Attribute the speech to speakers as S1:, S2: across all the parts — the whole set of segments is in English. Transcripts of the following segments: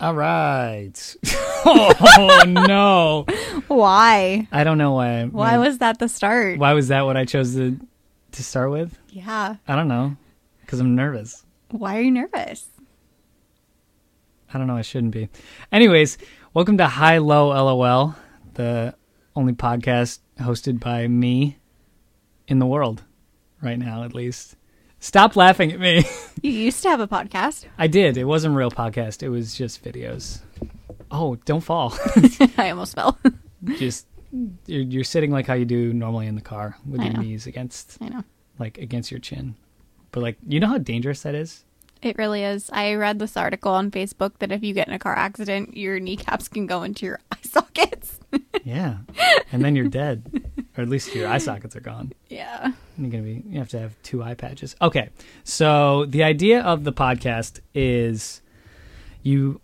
S1: All right. oh no.
S2: Why?
S1: I don't know why. I
S2: Why
S1: made-
S2: was that the start?
S1: why was that what I chose to to start with?
S2: Yeah.
S1: I don't know. Cuz I'm nervous.
S2: Why are you nervous?
S1: I don't know, I shouldn't be. Anyways, welcome to High Low LOL, the only podcast hosted by me in the world right now at least. Stop laughing at me.
S2: You used to have a podcast.
S1: I did. It wasn't a real podcast. It was just videos. Oh, don't fall.
S2: I almost fell.
S1: just you're, you're sitting like how you do normally in the car with
S2: I
S1: your
S2: know.
S1: knees against
S2: I know.
S1: like against your chin but like you know how dangerous that is
S2: It really is. I read this article on Facebook that if you get in a car accident, your kneecaps can go into your eye sockets.
S1: yeah and then you're dead or at least your eye sockets are gone
S2: yeah.
S1: you're gonna be you have to have two eye patches okay so the idea of the podcast is you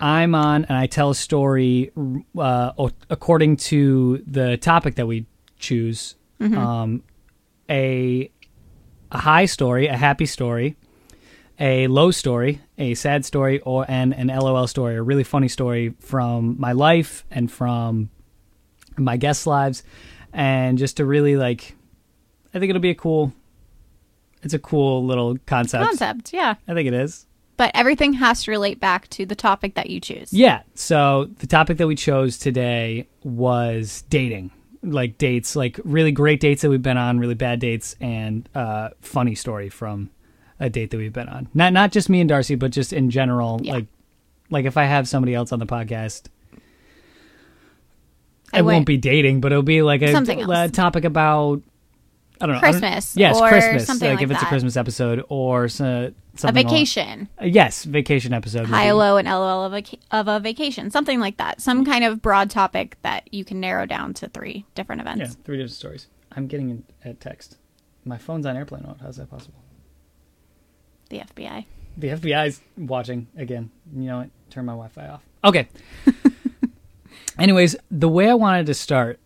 S1: i'm on and i tell a story uh, o- according to the topic that we choose um, a a high story a happy story a low story, a sad story, or an an LOL story, a really funny story from my life and from my guest lives, and just to really like, I think it'll be a cool. It's a cool little concept.
S2: Concept. Yeah.
S1: I think it is.
S2: But everything has to relate back to the topic that you choose.
S1: Yeah. So the topic that we chose today was dating, like dates, like really great dates that we've been on, really bad dates, and uh, funny story from a date that we've been on. Not not just me and Darcy, but just in general,
S2: Yeah.
S1: like like if I have somebody else on the podcast.
S2: I
S1: it won't
S2: would.
S1: be dating, but it'll be like a,
S2: Something
S1: a
S2: else.
S1: topic about I don't know I don't-
S2: Christmas
S1: yes,
S2: or
S1: Christmas.
S2: something
S1: like,
S2: like
S1: if it's a
S2: that.
S1: Christmas episode or so,
S2: A
S1: something. along-
S2: vacation.
S1: Uh, yes, vacation episode. would
S2: High,
S1: be-
S2: low, and LOL of a, vac- of a vacation. Something like that. Some kind of broad topic that you can narrow down to three different events.
S1: Yeah, three different stories. I'm getting in- a text. My phone's on airplane mode. How's that possible?
S2: The FBI.
S1: The FBI's watching again. You know what? Turn my Wi-Fi off. Okay. Anyways, the way I wanted to start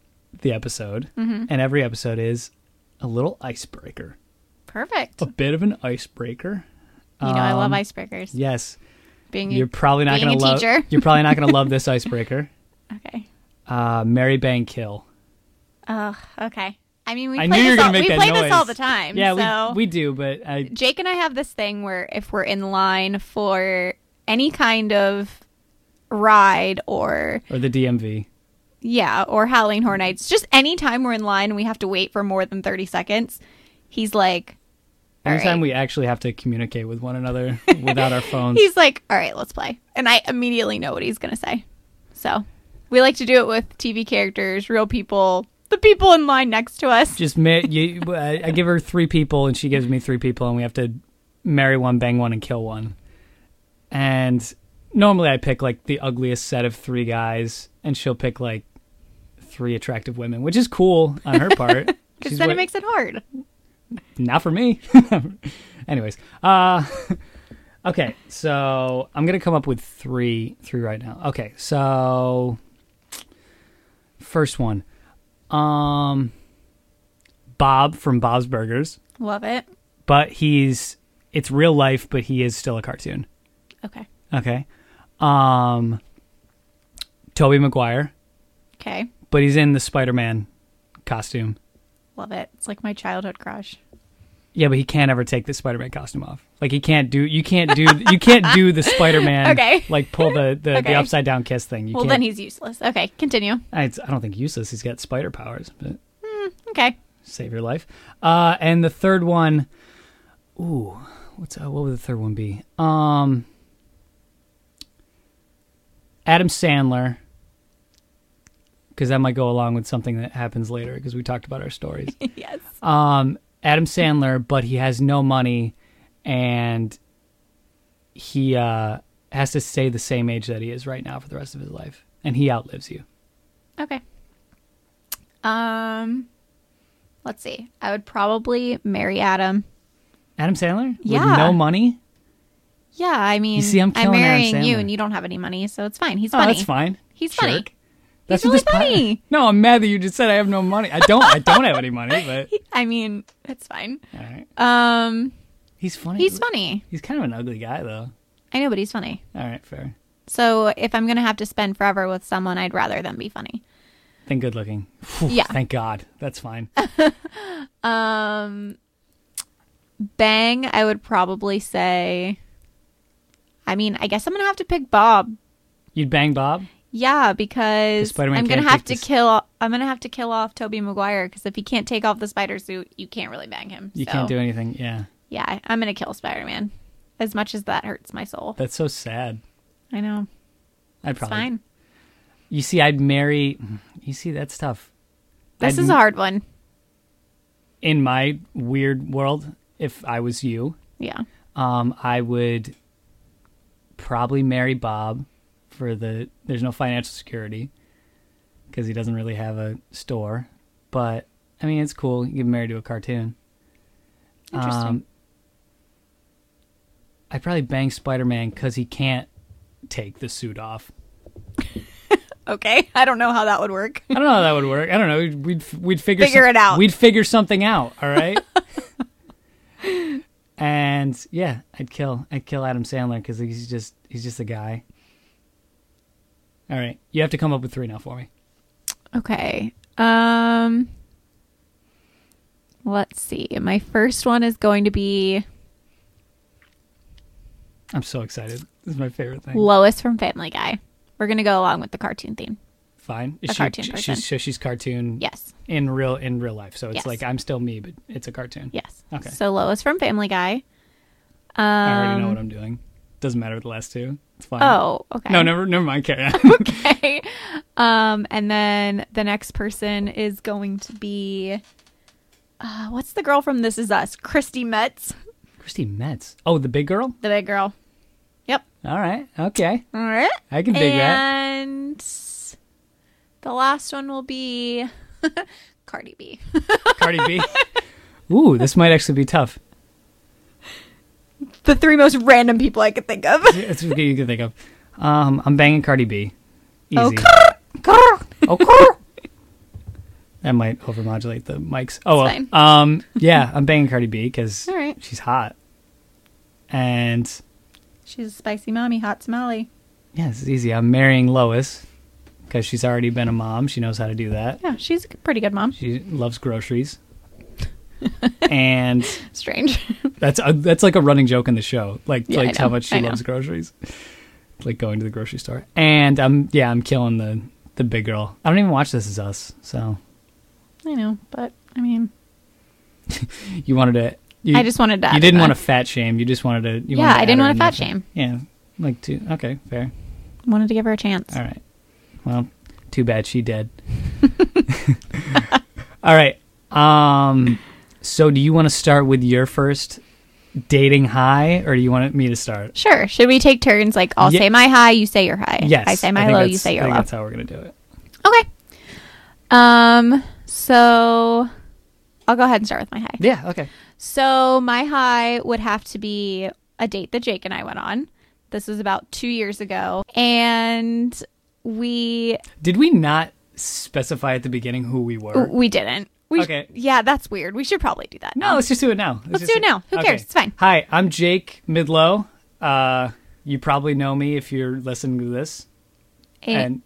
S1: the episode and every episode is a little icebreaker,
S2: Perfect.
S1: a bit of an icebreaker.
S2: You know, I love
S1: Um,
S2: icebreakers.
S1: Yes.
S2: Being
S1: You're
S2: a,
S1: probably not
S2: being
S1: gonna
S2: a
S1: love.
S2: teacher.
S1: You're probably not gonna love this icebreaker.
S2: okay.
S1: Uh, Mary Bang Kill.
S2: Ugh. okay. I mean, we
S1: I
S2: play,
S1: knew you were
S2: this
S1: gonna
S2: all,
S1: make
S2: we
S1: that
S2: play
S1: noise.
S2: this all the time.
S1: Yeah,
S2: so
S1: we we do, but I
S2: Jake and I have this thing where if we're in line for any kind of ride or
S1: or the DMV.
S2: yeah or howling hornets, just any time we're in line and we have to wait for more than thirty seconds, he's like, all right.
S1: Anytime we actually have to communicate with one another without our phones.
S2: he's like, all right, let's play, and I immediately know what he's gonna say. So we like to do it with TV characters, real people, the people in line next to us.
S1: Just ma- you, I, I give her three people, and she gives me three people, and we have to marry one, bang one, and kill one. And normally I pick like the ugliest set of three guys, and she'll pick like three attractive women, which is cool on her part.
S2: Because
S1: She's
S2: then
S1: wa-
S2: it makes it hard.
S1: not for me. Anyways, uh, okay, so I'm gonna come up with three, three right now. Okay, so first one, um, Bob from Bob's Burgers,
S2: Love it.
S1: but he's it's real life, but he is still a cartoon.
S2: Okay.
S1: Okay, um, Toby Maguire,
S2: Okay.
S1: but he's in the Spider-Man costume.
S2: Love it. It's like my childhood crush.
S1: Yeah, but he can't ever take the Spider-Man costume off. Like he can't do you can't do you can't do the Spider-Man
S2: Okay.
S1: like pull the the,
S2: Okay.
S1: the upside down kiss thing. You
S2: Well,
S1: can't.
S2: then he's useless. Okay, continue.
S1: I, it's- I don't think useless. He's got spider powers, but
S2: Okay.
S1: save your life. Uh, and the third one, ooh, what's uh, what would the third one be? Um, Adam Sandler, because that might go along with something that happens later because we talked about our stories.
S2: yes.
S1: um, Adam Sandler, but he has no money, and he uh, has to stay the same age that he is right now for the rest of his life, and he outlives you.
S2: Okay. Um, let's see. I would probably marry Adam.
S1: Adam Sandler
S2: Yeah.
S1: with no money.
S2: Yeah, I mean,
S1: see, I'm killing Adam
S2: marrying you,
S1: Sandler.
S2: and you don't have any money, so it's fine. He's
S1: Oh,
S2: funny.
S1: that's fine.
S2: He's
S1: Jerk.
S2: funny.
S1: That's
S2: He's
S1: what this
S2: really
S1: pod-
S2: funny.
S1: no, I'm mad that you just said I have no money. I don't. I don't have any money, but
S2: I mean, it's fine.
S1: all right.
S2: Um,
S1: he's funny.
S2: he's funny.
S1: He's kind of an ugly guy, though.
S2: I know, but he's funny.
S1: All right, fair.
S2: So if I'm gonna have to spend forever with someone, I'd rather them be funny.
S1: Then good looking. Phew,
S2: Yeah.
S1: Thank God. That's fine.
S2: Um, bang, I would probably say. I mean, I guess I'm gonna have to pick Bob.
S1: You'd bang Bob?
S2: Yeah, because
S1: Spider-Man
S2: I'm gonna
S1: can't
S2: have
S1: take
S2: to
S1: this-
S2: kill. I'm gonna have to kill off Toby Maguire because if he can't take off the spider suit, you can't really bang him.
S1: You
S2: So,
S1: can't do anything. Yeah.
S2: Yeah, I- I'm gonna kill Spider Man. As much as that hurts my soul,
S1: That's so sad.
S2: I know
S1: I'd
S2: it's
S1: probably.
S2: fine.
S1: You see, I'd marry. You see, that's tough.
S2: This
S1: I'd-
S2: is a hard one.
S1: In my weird world, if I was you,
S2: Yeah.
S1: um, I would probably marry Bob for the. There's no financial security because he doesn't really have a store. But I mean, it's cool. You get married to a cartoon. Um,
S2: Interesting.
S1: I'd probably bang Spider Man because he can't take the suit off.
S2: okay. I don't know how that would work.
S1: I don't know how that would work. I don't know. We'd we'd, we'd figure
S2: Figure it out.
S1: We'd figure something out. All right. and yeah, I'd kill I'd kill Adam Sandler because he's just he's just a guy. All right, you have to come up with three now for me.
S2: Okay. Um Let's see. My first one is going to be
S1: I'm so excited. This is my favorite thing.
S2: Lois from Family Guy. We're going to go along with the cartoon theme.
S1: Fine.
S2: a cartoon
S1: she's,
S2: person.
S1: so she's cartoon.
S2: Yes.
S1: In real in real life, so it's
S2: Yes.
S1: like I'm still me, but it's a cartoon.
S2: Yes.
S1: Okay.
S2: So Lois from Family Guy. Um,
S1: I already know what I'm doing. Doesn't matter with the last two. It's fine.
S2: Oh, okay.
S1: No, never never mind. Carry on.
S2: Okay. Um, and then the next person is going to be uh, what's the girl from This Is Us? Christy Metz,
S1: Christy Metz. Oh, the big girl.
S2: the big girl. Yep.
S1: All right. Okay.
S2: All right.
S1: I can dig that.
S2: and the last one will be Cardi B.
S1: Cardi B. Ooh, this might actually be tough.
S2: The three most random people I could think of.
S1: That's what you can think of. Um, I'm banging Cardi B. Easy.
S2: Okay.
S1: Okay. that might overmodulate the mics. Oh, well.
S2: It's
S1: um, yeah, I'm banging Cardi B because
S2: All right.
S1: she's hot. And
S2: She's a spicy mommy, hot tamale.
S1: yeah, this is easy. I'm marrying Lois because she's already been a mom. She knows how to do that.
S2: Yeah, she's a pretty good mom.
S1: She loves groceries. and
S2: Strange.
S1: That's a, that's like a running joke in the show. Like
S2: Yeah, I
S1: like how
S2: know.
S1: much she
S2: I know.
S1: loves groceries. It's like going to the grocery store. And I'm yeah, I'm killing the the big girl. I don't even watch This Is Us. So
S2: I know, but I mean,
S1: you wanted to. You,
S2: I just wanted to.
S1: You
S2: add
S1: didn't
S2: that.
S1: want to fat shame. You just wanted to. You
S2: Yeah,
S1: wanted to
S2: I didn't
S1: add her
S2: want to
S1: in
S2: fat
S1: there.
S2: shame.
S1: Yeah, like two. Okay, fair.
S2: Wanted to give her a chance.
S1: All right. Well, too bad she dead. All right. Um. So do you want to start with your first dating high, or do you want me to start?
S2: Sure. Should we take turns? Like, I'll
S1: Ye-
S2: say my high, you say your high.
S1: Yes.
S2: I say my
S1: think
S2: low,
S1: that's-
S2: you say
S1: I
S2: your
S1: think
S2: low.
S1: That's how we're gonna do it.
S2: Okay. Um. So, I'll go ahead and start with my high.
S1: Yeah. Okay.
S2: So my high would have to be a date that Jake and I went on. This was about two years ago, and we
S1: Did we not specify at the beginning who we were?
S2: we didn't. We
S1: Okay.
S2: yeah, that's weird. We should probably do that.
S1: No, let's just do it now.
S2: Let's
S1: just
S2: do it now. Who cares? It's fine.
S1: Hi, I'm Jake Midlow. Uh, you probably know me if you're listening to this.
S2: and
S1: And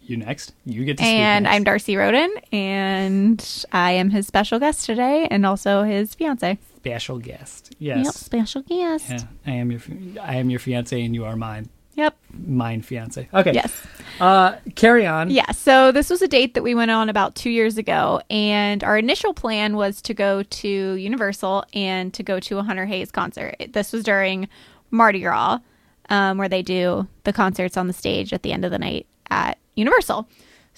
S1: you next. You get to speak.
S2: Eh. and
S1: next.
S2: I'm Darcy Roden, and I am his special guest today, and also his fiance.
S1: special guest.
S2: Yep,
S1: Yes.
S2: special guest.
S1: Yeah, I am your fi- I am your fiance, and you are mine.
S2: Yep.
S1: Mine fiance. Okay.
S2: Yes.
S1: Uh, carry on.
S2: Yeah, so this was a date that we went on about two years ago, and our initial plan was to go to Universal and to go to a Hunter Hayes concert. This was during Mardi Gras, um, where they do the concerts on the stage at the end of the night at Universal.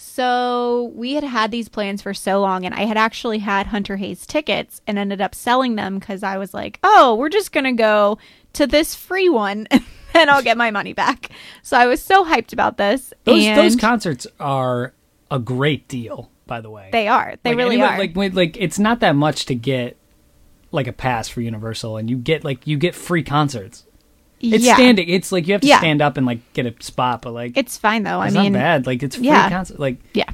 S2: So we had had these plans for so long, and I had actually had Hunter Hayes tickets and ended up selling them because I was like, oh, we're just going to go to this free one. And I'll get my money back. So I was so hyped about this.
S1: Those those
S2: and-
S1: concerts are a great deal, by the way.
S2: They are. They
S1: Like,
S2: really
S1: anyway,
S2: are.
S1: Like, wait, like it's not that much to get like a pass for Universal, and you get like you get free concerts. It's
S2: yeah.
S1: standing. It's like you have to
S2: Yeah.
S1: stand up and like get a spot, but like
S2: It's fine though.
S1: it's
S2: I mean,
S1: not bad. Like it's free
S2: yeah.
S1: concert. Like
S2: yeah,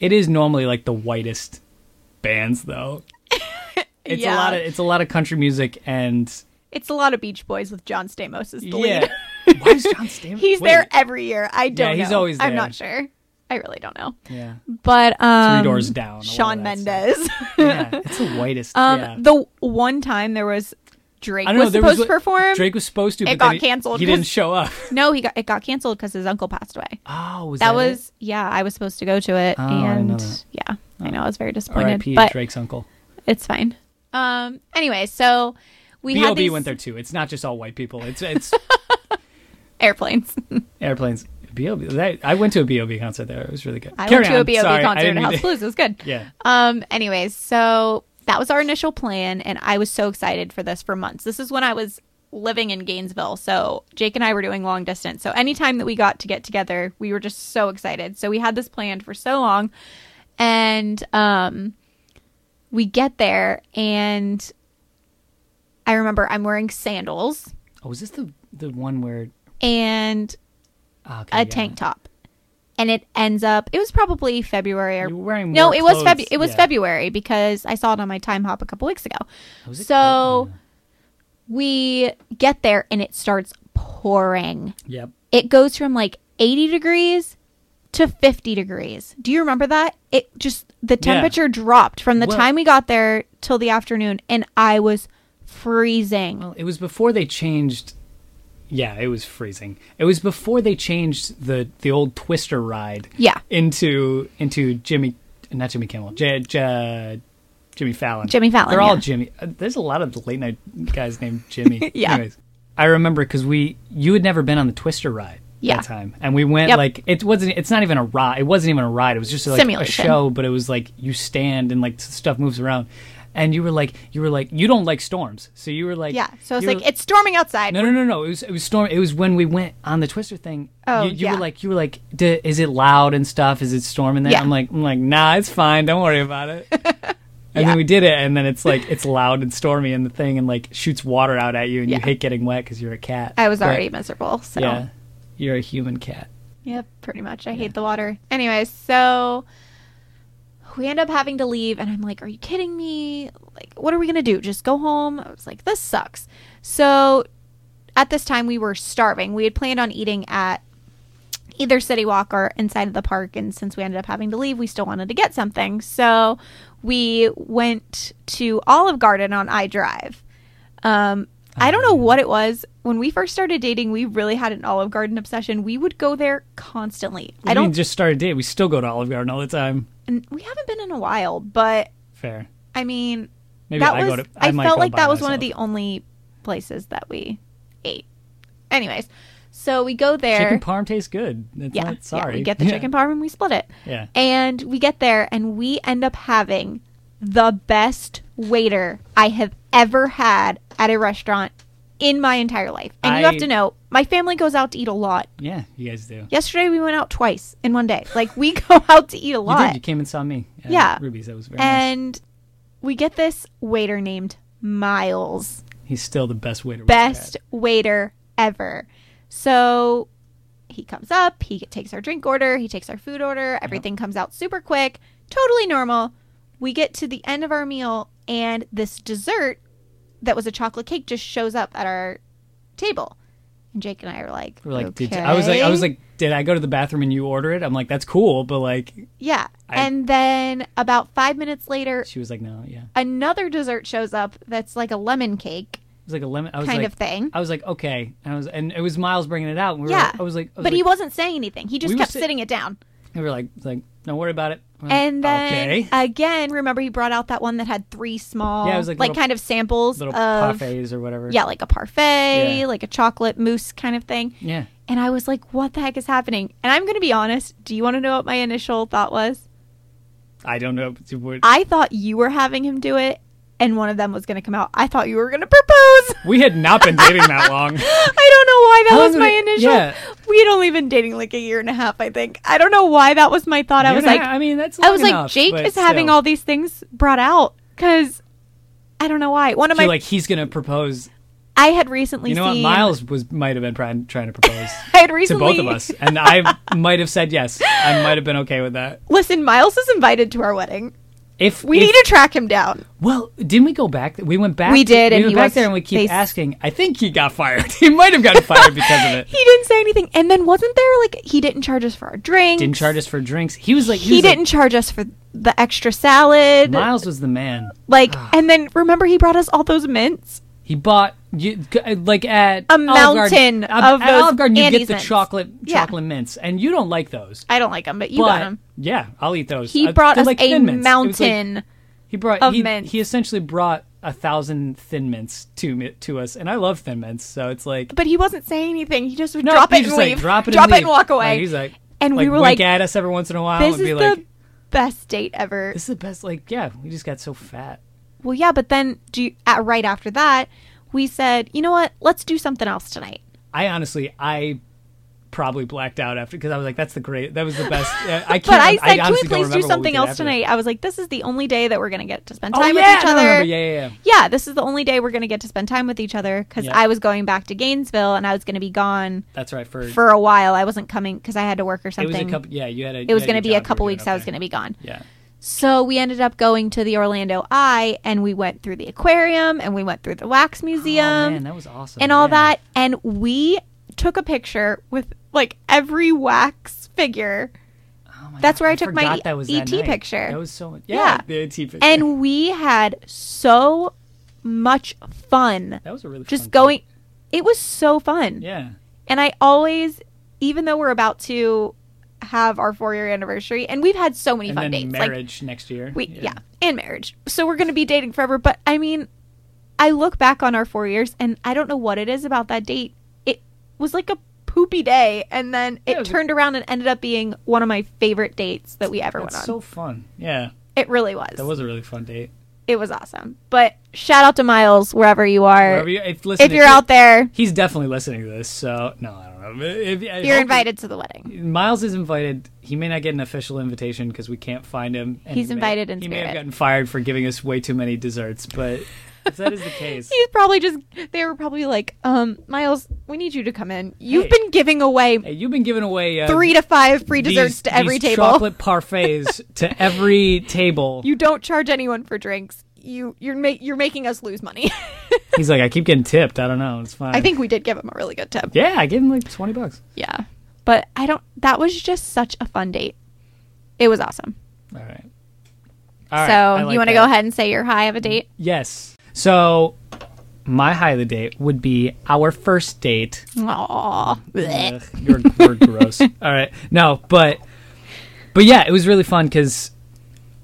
S1: it is normally like the whitest bands though. It's a
S2: Yeah.
S1: lot of it's a lot of country music and
S2: it's a lot of Beach Boys with John Stamos as the
S1: yeah,
S2: lead.
S1: Why is John Stamos?
S2: He's
S1: Wait.
S2: there every year. I don't
S1: he's
S2: know.
S1: always
S2: I'm
S1: there.
S2: not sure. I really don't know.
S1: Yeah.
S2: But um
S1: Doors Down, a lot
S2: Sean
S1: of that stuff.
S2: Mendez.
S1: yeah, it's the whitest.
S2: Um,
S1: yeah.
S2: the one time there was Drake
S1: I
S2: was
S1: don't know. There
S2: supposed
S1: was
S2: to perform.
S1: Drake was supposed to.
S2: It
S1: but then
S2: got
S1: he-
S2: canceled
S1: He didn't
S2: 'cause-
S1: show up.
S2: No, he got it got canceled because his uncle passed away.
S1: Oh, was that,
S2: That
S1: it?
S2: was yeah. I was supposed to go to it,
S1: Oh, I didn't know
S2: and
S1: that.
S2: yeah, I know I was very disappointed,
S1: R.I.P.
S2: but
S1: Drake's uncle.
S2: it's fine. Um. Anyway, so we
S1: B.O.B.
S2: had these
S1: went there too. It's not just all white people. It's it's
S2: airplanes.
S1: airplanes. B.O.B. That, I went to a B.O.B. concert there. It was really good.
S2: I
S1: Carry
S2: went to
S1: on.
S2: a B.O.B.
S1: Sorry, I
S2: concert
S1: didn't
S2: at
S1: mean
S2: House
S1: to-
S2: Blues. It was good.
S1: Yeah.
S2: Um. Anyways, so that was our initial plan, and I was so excited for this for months. This is when I was living in Gainesville, so Jake and I were doing long distance. So anytime that we got to get together, we were just so excited. So we had this planned for so long, and um, we get there, and I remember I'm wearing sandals
S1: Oh, was this the the one where
S2: and
S1: oh, okay,
S2: a
S1: yeah.
S2: tank top. And it ends up. It was probably February or
S1: You were wearing
S2: no,
S1: more
S2: it was
S1: clothes.
S2: Febu- it was
S1: Yeah.
S2: February because I saw it on my time hop a couple weeks ago.
S1: Oh, Was it
S2: So we get there and it starts pouring.
S1: Yep.
S2: It goes from like 80 degrees to 50 degrees. Do you remember that? It just the temperature dropped from the
S1: Well-
S2: time we got there till the afternoon and I was freezing.
S1: Well, it was before they changed. Yeah, it was freezing. It was before they changed the the old Twister ride.
S2: Yeah.
S1: Into into Jimmy, not Jimmy Kimmel, J, J, Jimmy Fallon.
S2: Jimmy Fallon,
S1: They're all
S2: yeah.
S1: Jimmy. uh, There's a lot of late night guys named Jimmy.
S2: Yeah.
S1: Anyways, I remember because we you had never been on the Twister ride.
S2: Yeah.
S1: That time, and we went
S2: Yep.
S1: like it wasn't. It's not even a ride. It wasn't even a ride. It was just like a
S2: Simulation.
S1: show, but it was like you stand and like stuff moves around. And you were like, you were like, you don't like storms, so you were like,
S2: yeah. So it's
S1: you were-
S2: like it's storming outside.
S1: no, no, no, no. It was it was storm. It was when we went on the Twister thing.
S2: Oh,
S1: you, you
S2: yeah.
S1: were like, you were like, D- is it loud and stuff? Is it storming there?
S2: Yeah.
S1: I'm like, I'm like, nah, it's fine. Don't worry about it. and
S2: Yeah.
S1: then we did it, and then it's like it's loud and stormy, and the thing and like shoots water out at you, and
S2: Yeah.
S1: you hate getting wet because you're a cat.
S2: I was
S1: But,
S2: already miserable. So
S1: yeah, you're a human cat.
S2: Yep, pretty much. I hate the water. Anyway, so we end up having to leave, and I'm like, "Are you kidding me? Like, what are we gonna do? Just go home?" I was like, "This sucks." So at this time, we were starving. We had planned on eating at either City Walk or inside of the park, and since we ended up having to leave, we still wanted to get something. So we went to Olive Garden on I Drive. Um, I don't know what it was. When we first started dating, we really had an Olive Garden obsession. We would go there constantly. I
S1: I
S2: don't
S1: mean, just started dating. We still go to Olive Garden all the time.
S2: and we haven't been in a while, but
S1: Fair.
S2: I mean,
S1: Maybe
S2: that
S1: I
S2: was
S1: go to.
S2: I,
S1: might
S2: felt
S1: go
S2: like
S1: by
S2: that was one
S1: myself.
S2: of the only places that we ate. Anyways, so we go there.
S1: Chicken parm tastes good. It's
S2: yeah,
S1: not, sorry.
S2: yeah, we get the
S1: Yeah.
S2: chicken parm and we split it.
S1: Yeah.
S2: And we get there and we end up having the best waiter I have ever had at a restaurant in my entire life. And you
S1: I-
S2: have to know, my family goes out to eat a lot.
S1: Yeah, you guys do.
S2: Yesterday we went out twice in one day. Like we go out to eat
S1: You did.
S2: a lot.
S1: You came and saw me. At
S2: Yeah.
S1: Ruby's. That was very nice.
S2: and we get this waiter named Miles.
S1: He's still the best waiter. we've
S2: best waiter ever. So he comes up, he takes our drink order, he takes our food order, everything comes out super quick, totally normal. We get to the end of our meal, and this dessert that was a chocolate cake just shows up at our table. And Jake and I are like,
S1: had. We're like, did I was like, I was
S2: "Okay."
S1: like, did I go to the bathroom and you order it? I'm like, that's cool, but like,
S2: yeah.
S1: I-
S2: and then about five minutes later,
S1: she was like, no, yeah, it
S2: another dessert shows up that's like a lemon cake
S1: was like a lemon. I was
S2: kind
S1: like,
S2: of thing.
S1: I was like, okay, and I was, and it was Miles bringing it out. And we were,
S2: Yeah.
S1: I was like, I was
S2: but
S1: like,
S2: he wasn't saying anything. He just
S1: We were
S2: kept
S1: sit-
S2: sitting it down.
S1: we were like, like, don't worry about it. We're like,
S2: And then
S1: Mm-hmm. okay,
S2: again, remember he brought out that one that had three small,
S1: Yeah, it was like little-
S2: kind of samples
S1: little
S2: of,
S1: parfaits or whatever.
S2: yeah, like a parfait,
S1: Yeah.
S2: like a chocolate mousse kind of thing.
S1: yeah.
S2: And I was like, "What the heck is happening?" And I'm going to be honest. Do you want to know what my initial thought was?
S1: I don't know. if it would-
S2: I thought you were having him do it, and one of them was going to come out. I thought you were going to propose.
S1: We had not been dating that long.
S2: I don't know why
S1: How
S2: that
S1: long
S2: was
S1: did
S2: my
S1: it-
S2: initial.
S1: yeah.
S2: We had only been dating like a year and a half, I think. I don't know why that was my thought. I
S1: Year
S2: was
S1: and a
S2: like,
S1: half- I mean, that's.
S2: I was
S1: long
S2: like,
S1: enough,
S2: Jake
S1: but
S2: is having
S1: still.
S2: all these things brought out because I don't know why. One of my
S1: You're like he's gonna propose.
S2: I had recently
S1: You know what?
S2: seen
S1: Miles was might have been trying, trying to propose
S2: I had
S1: to
S2: recently
S1: both of us, and I might have said yes. I might have been okay with that.
S2: Listen, Miles is invited to our wedding.
S1: If
S2: We
S1: if-
S2: need to track him down.
S1: Well, didn't we go back? We went back.
S2: We did,
S1: We
S2: and
S1: went
S2: he
S1: back
S2: was-
S1: there, and we keep
S2: they s-
S1: asking. I think he got fired. he might have gotten fired because of it.
S2: He didn't say anything. And then wasn't there like he didn't charge us for our drinks?
S1: Didn't charge us for drinks. He was like,
S2: He,
S1: was like,
S2: didn't charge us for the extra salad.
S1: Miles ah. was the man.
S2: Like, and then remember he brought us all those mints.
S1: He bought you like at
S2: A
S1: Olive Garden-
S2: mountain
S1: at-
S2: of
S1: at
S2: those
S1: Olive Garden. You
S2: Andes
S1: get the
S2: mints.
S1: chocolate
S2: Yeah.
S1: chocolate mints, and you don't like those.
S2: I don't like them, but you got
S1: But
S2: them.
S1: yeah, I'll eat those.
S2: He
S1: Uh,
S2: brought
S1: they're
S2: us
S1: like
S2: a
S1: Thin Mints. It was like-
S2: mountain.
S1: he brought
S2: of
S1: he,
S2: mints.
S1: he essentially brought a thousand thin mints to me to us, and I love thin mints, so it's like
S2: but he wasn't saying anything. He just would
S1: No,
S2: drop
S1: he
S2: it
S1: just,
S2: and
S1: like,
S2: leave.
S1: drop it, and,
S2: and,
S1: leave.
S2: walk away.
S1: Like, he's like,
S2: And we were
S1: wink
S2: like,
S1: at us every once in a while,
S2: this
S1: and
S2: is
S1: be
S2: the
S1: like,
S2: best date ever.
S1: this is the best. Like, yeah, we just got so fat.
S2: Well, yeah, but then do you, at, right after that, we said, you know what? Let's do something else tonight.
S1: I honestly, I probably blacked out after because I was like, that's the great. That was the best. I I can't.
S2: But I said, can
S1: honestly
S2: we
S1: don't
S2: please
S1: remember
S2: do
S1: what we
S2: something
S1: did
S2: else
S1: after that.
S2: tonight? I was like, this is the only day that we're going to get to spend
S1: Oh
S2: time
S1: yeah,
S2: with each
S1: no, no,
S2: other.
S1: no, but yeah, yeah, yeah.
S2: yeah, this is the only day we're going to get to spend time with each other because
S1: Yeah.
S2: I was going back to Gainesville and I was going to be gone
S1: That's right. For,
S2: for a while. I wasn't coming because I had to work or
S1: it
S2: something.
S1: was a couple. Yeah, you had a.
S2: It was going to be a couple weeks I was going to be gone.
S1: Yeah.
S2: So we ended up going to the Orlando Eye and we went through the aquarium and we went through the wax museum
S1: oh man, that was awesome.
S2: and all
S1: yeah.
S2: that. And we took a picture with like every wax figure.
S1: Oh my
S2: that's
S1: God,
S2: where I took my
S1: forgot that was that
S2: ET
S1: night.
S2: picture.
S1: That was so.
S2: Yeah.
S1: Yeah, the ET picture.
S2: And we had so much fun
S1: that was a really
S2: just
S1: fun
S2: going. It was so fun.
S1: Trip. Yeah.
S2: And I always, even though we're about to have our four year anniversary, and we've had so many
S1: And
S2: fun
S1: then
S2: dates. like,
S1: marriage next year.
S2: We yeah. and marriage. So we're going to be dating forever, but I mean, I look back on our 4 years and I don't know what it is about that date. It was like a poopy day and then it,
S1: Yeah, it was a-
S2: turned around and ended up being one of my favorite dates that we ever went on.
S1: That's so fun. Yeah,
S2: it really was.
S1: that was a really fun date.
S2: It was awesome. But shout out to Miles wherever you are.
S1: Wherever you- if, listen,
S2: if you're out there,
S1: he's definitely listening to this. So no, I don't know. If- I
S2: you're
S1: hope-
S2: invited to the wedding.
S1: Miles is invited. He may not get an official invitation because we can't find him. and
S2: He's
S1: he may-
S2: invited in
S1: He may have
S2: spirit.
S1: gotten fired for giving us way too many desserts, but if that is the case,
S2: He's probably just they were probably like, um, Miles, we need you to come in. You've
S1: Hey.
S2: been giving away
S1: hey, you've been giving away uh,
S2: 3 to 5 free
S1: these-
S2: desserts to every
S1: these
S2: table.
S1: chocolate parfaits to every table.
S2: you don't charge anyone for drinks. You you're ma- you're making us lose money.
S1: He's like, I keep getting tipped. I don't know. It's fine.
S2: I think we did give him a really good tip.
S1: Yeah, I gave him like twenty bucks.
S2: Yeah. But I don't that was just such a fun date. It was awesome.
S1: All right. All right,
S2: so,
S1: I like
S2: you want to
S1: that.
S2: go ahead and say your high of a date?
S1: Yes. So my high of the date would be our first date.
S2: Aw. Blech.
S1: Ugh, you're, you're gross. All right. No, but but yeah, it was really fun because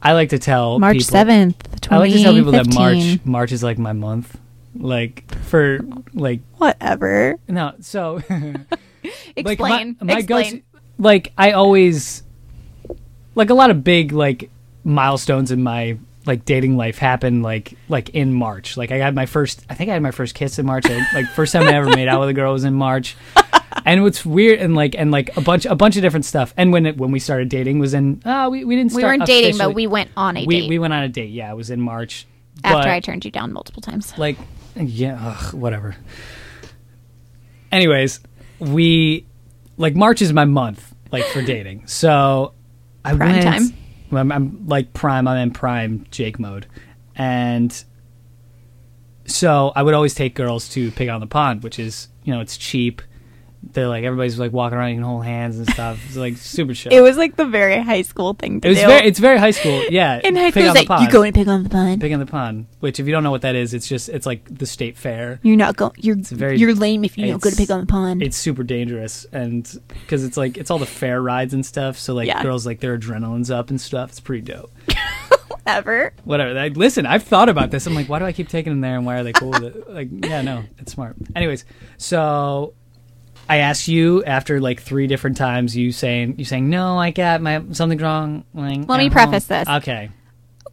S1: I like to tell
S2: March
S1: people-
S2: 7th, 2015.
S1: I like to tell people that March March is like my month, like for like
S2: Whatever.
S1: no. So like
S2: Explain.
S1: my, my
S2: Explain.
S1: go-to- like I always like a lot of big like milestones in my like dating life happen like like in March. Like I had my first I think I had my first kiss in March. I, like first time I ever made out with a girl was in March. And what's weird and like and like a bunch a bunch of different stuff. And when it, when we started dating was in uh we, we didn't
S2: we
S1: start
S2: weren't dating, but
S1: officially-
S2: we went on a
S1: we
S2: date
S1: we went on a date. Yeah, it was in March.
S2: after
S1: But-
S2: I turned you down multiple times.
S1: like yeah ugh, whatever anyways we like march is my month like for dating so i
S2: Prime
S1: went
S2: time.
S1: well, I'm, I'm like prime i'm in prime jake mode and so i would always take girls to pig on the pond which is you know it's cheap they're like everybody's like walking around you can hold hands and stuff it's like super chill
S2: It was like the very high school thing to
S1: It was
S2: do.
S1: very it's very high school yeah
S2: in
S1: Pig
S2: high school, it
S1: on
S2: was
S1: the
S2: like,
S1: pond
S2: you going to pick on the pond.
S1: pig on the pond which if you don't know what that is it's just it's like the state fair
S2: You're not going. You're
S1: very-
S2: you're lame if you don't go to
S1: it's-
S2: pick on the pond.
S1: it's super dangerous and because it's like it's all the fair rides and stuff so like
S2: Yeah.
S1: girls like their adrenaline's up and stuff it's pretty dope
S2: Ever.
S1: whatever like, listen i've thought about this i'm like why do i keep taking them there and why are they cool with it like yeah no it's smart anyways so i asked you after like three different times you saying you saying no i got my something's wrong like,
S2: Let me
S1: at
S2: preface
S1: home."
S2: this.
S1: okay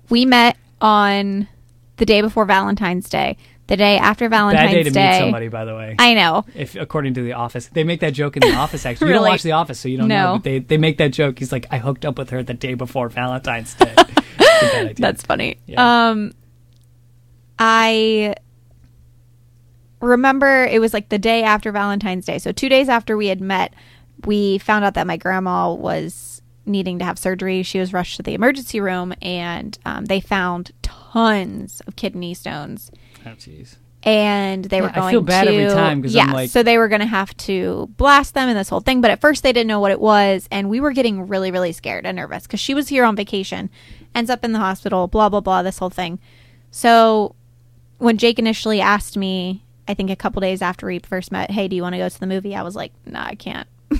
S2: We met on the day before Valentine's Day. The day after
S1: bad
S2: Valentine's
S1: day to meet somebody by the way
S2: I know.
S1: if according to the office they make that joke in the office actually you
S2: Really?
S1: don't watch the office so you don't
S2: No.
S1: know but they, they make that joke he's like i hooked up with her the day before valentine's day It's a bad idea.
S2: That's funny.
S1: Yeah.
S2: Um I remember it was like the day after Valentine's Day. So 2 days after we had met, we found out that my grandma was needing to have surgery. She was rushed to the emergency room, and um, they found tons of kidney stones.
S1: Oh, jeez.
S2: And they were
S1: Yeah,
S2: going
S1: I feel bad
S2: to,
S1: every time 'cause
S2: yeah,
S1: I'm like-
S2: so they were going to have to blast them and this whole thing. But at first, they didn't know what it was, and we were getting really, really scared and nervous because she was here on vacation, ends up in the hospital, blah blah blah, this whole thing. So when Jake initially asked me, I think a couple days after we first met, hey, do you want to go to the movie? I was like, no, I can't.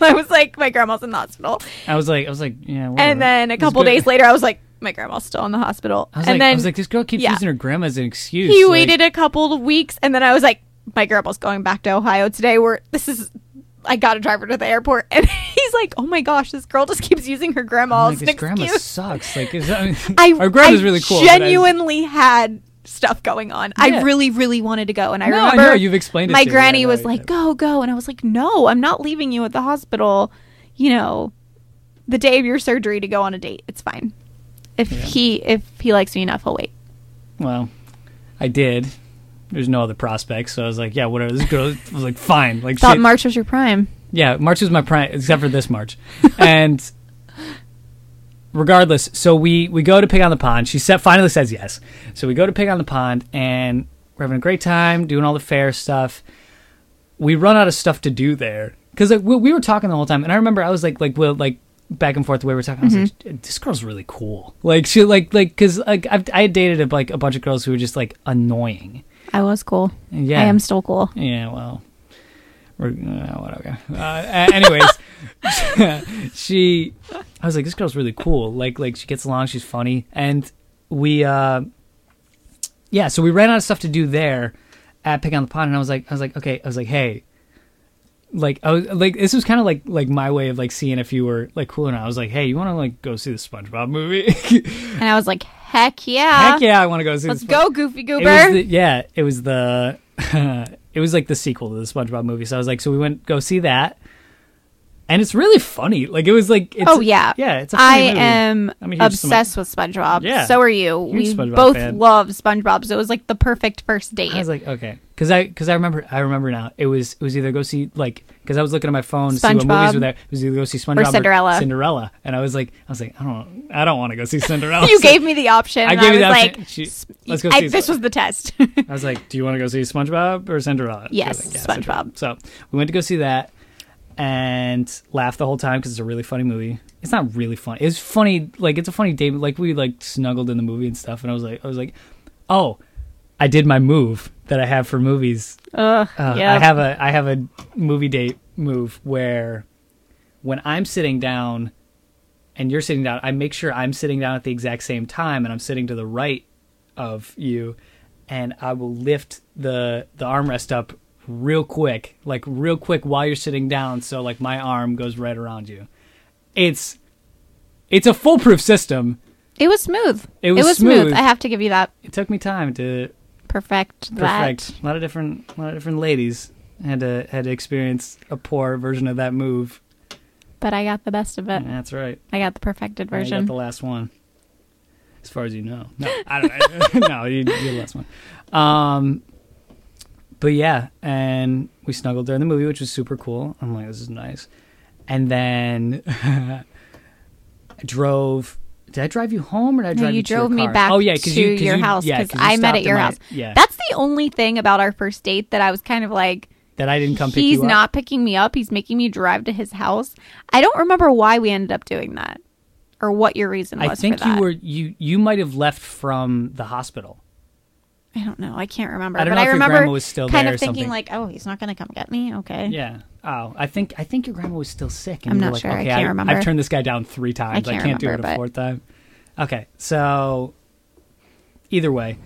S2: I was like, my grandma's in the hospital.
S1: I was like, I was like, yeah. whatever.
S2: And then a
S1: This
S2: couple
S1: girl-
S2: days later, I was like, my grandma's still in the hospital.
S1: I was
S2: and
S1: like,
S2: then
S1: I was like, this girl keeps
S2: yeah.
S1: using her grandma as an excuse.
S2: he
S1: like-
S2: waited a couple of weeks, and then I was like, my grandma's going back to Ohio today. Where this is, I got to drive her to the airport. And he's like, oh my gosh, this girl just keeps using her grandma
S1: I'm like,
S2: as an
S1: this grandma
S2: excuse.
S1: sucks. Like, is that,
S2: I,
S1: our grandma's
S2: I
S1: really cool. but I-
S2: Genuinely had stuff going on.
S1: Yeah.
S2: I really, really wanted to go, and I
S1: No, I
S2: remember
S1: know, you've explained it
S2: My
S1: to me, I
S2: granny
S1: know
S2: was
S1: you
S2: like,
S1: have.
S2: "Go, go," and I was like, "No, I'm not leaving you at the hospital. You know, the day of your surgery to go on a date. It's fine. If
S1: Yeah.
S2: he if he likes me enough, he'll wait."
S1: Well, I did. There's no other prospects, so I was like, yeah, whatever. This girl was like, fine. Like,
S2: Thought
S1: she-
S2: March was your prime.
S1: yeah, March was my prime, except for this March. and regardless, so we we go to pick on the pond. She sa- finally says yes. So we go to pick on the pond, and we're having a great time doing all the fair stuff. We run out of stuff to do there because like we, we were talking the whole time, and I remember I was like like well like back and forth the way we were talking. I was like, this girl's really cool. Like she like like because like I've, I had dated a, like a bunch of girls who were just like annoying.
S2: I was cool.
S1: Yeah.
S2: I am still cool.
S1: Yeah, well, we're, uh, whatever. Uh, a- anyways, she, I was like, this girl's really cool. Like, like she gets along, she's funny, and we, uh, yeah. So we ran out of stuff to do there at Pick on the Pond, and I was like, I was like, okay, I was like, hey. Like I was like this was kind of like like my way of like seeing if you were like cool or not. I was like, hey, you want to like go see the SpongeBob movie?
S2: And I was like, "Heck yeah,
S1: Heck yeah, I want to go see. the
S2: Uh-huh. let's
S1: Spon-
S2: go, Goofy
S1: it was
S2: Goober."
S1: the, yeah, it was the it was like the sequel to the SpongeBob movie. So I was like, so we went go see that, and it's really funny. Like it was like it's,
S2: oh yeah,
S1: yeah. It's a
S2: I
S1: funny movie.
S2: am
S1: I'm a huge
S2: obsessed with SpongeBob.
S1: Yeah.
S2: so are you. we
S1: SpongeBob
S2: both
S1: fan.
S2: love SpongeBob. So it was like the perfect first date.
S1: I was like, okay, because I because I remember I remember now. It was it was either go see like because I was looking at my phone to see what
S2: SpongeBob
S1: movies were there. It was either go see SpongeBob
S2: Cinderella.
S1: Cinderella, and I was like, I was like, I don't I don't want to go see Cinderella.
S2: you
S1: So
S2: gave me the option.
S1: I
S2: and
S1: gave you that.
S2: I was
S1: option.
S2: like,
S1: She-
S2: "S-
S1: let's go
S2: I-
S1: see.
S2: this was the test.
S1: I was like, "Do you want to go see SpongeBob or Cinderella?" She
S2: Yes,
S1: was like,
S2: SpongeBob.
S1: So we went to go see that and laughed the whole time because it's a really funny movie. It's not really funny. It's funny, like it's a funny day. but, Like we like snuggled in the movie and stuff, and I was like, I was like, oh, I did my move that I have for movies.
S2: Ugh,
S1: Uh,
S2: yeah.
S1: I have a I have a movie date move where when I'm sitting down and you're sitting down, I make sure I'm sitting down at the exact same time and I'm sitting to the right of you and I will lift the the armrest up real quick, like real quick while you're sitting down so like my arm goes right around you. It's it's a foolproof system.
S2: it was smooth.
S1: It was
S2: smooth.
S1: smooth.
S2: I have to give you that.
S1: It took me time to
S2: Perfect. That.
S1: perfect. A lot of different, a lot of different ladies had to had to experience a poor version of that move.
S2: But I got the best of it.
S1: That's right.
S2: I got the perfected
S1: I got
S2: Uh, version.
S1: the last one, as far as you know. No, I don't. know. no, you, you're the last one. Um, but yeah, and we snuggled during the movie, which was super cool. I'm like, this is nice. And then I drove. Did I drive you home or did I
S2: No,
S1: drive
S2: you
S1: to your
S2: drove me
S1: car?
S2: back
S1: oh, yeah, 'cause
S2: to
S1: you, 'cause
S2: your
S1: you-
S2: house,
S1: yeah,
S2: 'cause
S1: 'cause you
S2: I met
S1: stopped
S2: at your
S1: my-
S2: house.
S1: Yeah,
S2: That's the only thing about our first date that I was kind of like,
S1: that I didn't come pick
S2: he's
S1: you up.
S2: not picking me up. He's making me drive to his house. I don't remember why we ended up doing that or what your reason was.
S1: I think
S2: for that.
S1: you were you you might have left from the hospital.
S2: I don't know. I can't remember.
S1: I don't
S2: but
S1: know
S2: I
S1: if your
S2: remember
S1: grandma was still
S2: kind
S1: there or
S2: of thinking
S1: something.
S2: like, oh, he's not going to come get me. Okay.
S1: Yeah. Oh, I think I think your grandma was still sick. And
S2: Eh. I'm
S1: you were
S2: not
S1: like,
S2: sure. I
S1: Okay,
S2: can't remember.
S1: I've turned this guy down three times. I can't,
S2: can't
S1: do it
S2: remember,
S1: a
S2: but-
S1: fourth time. Okay, so either way,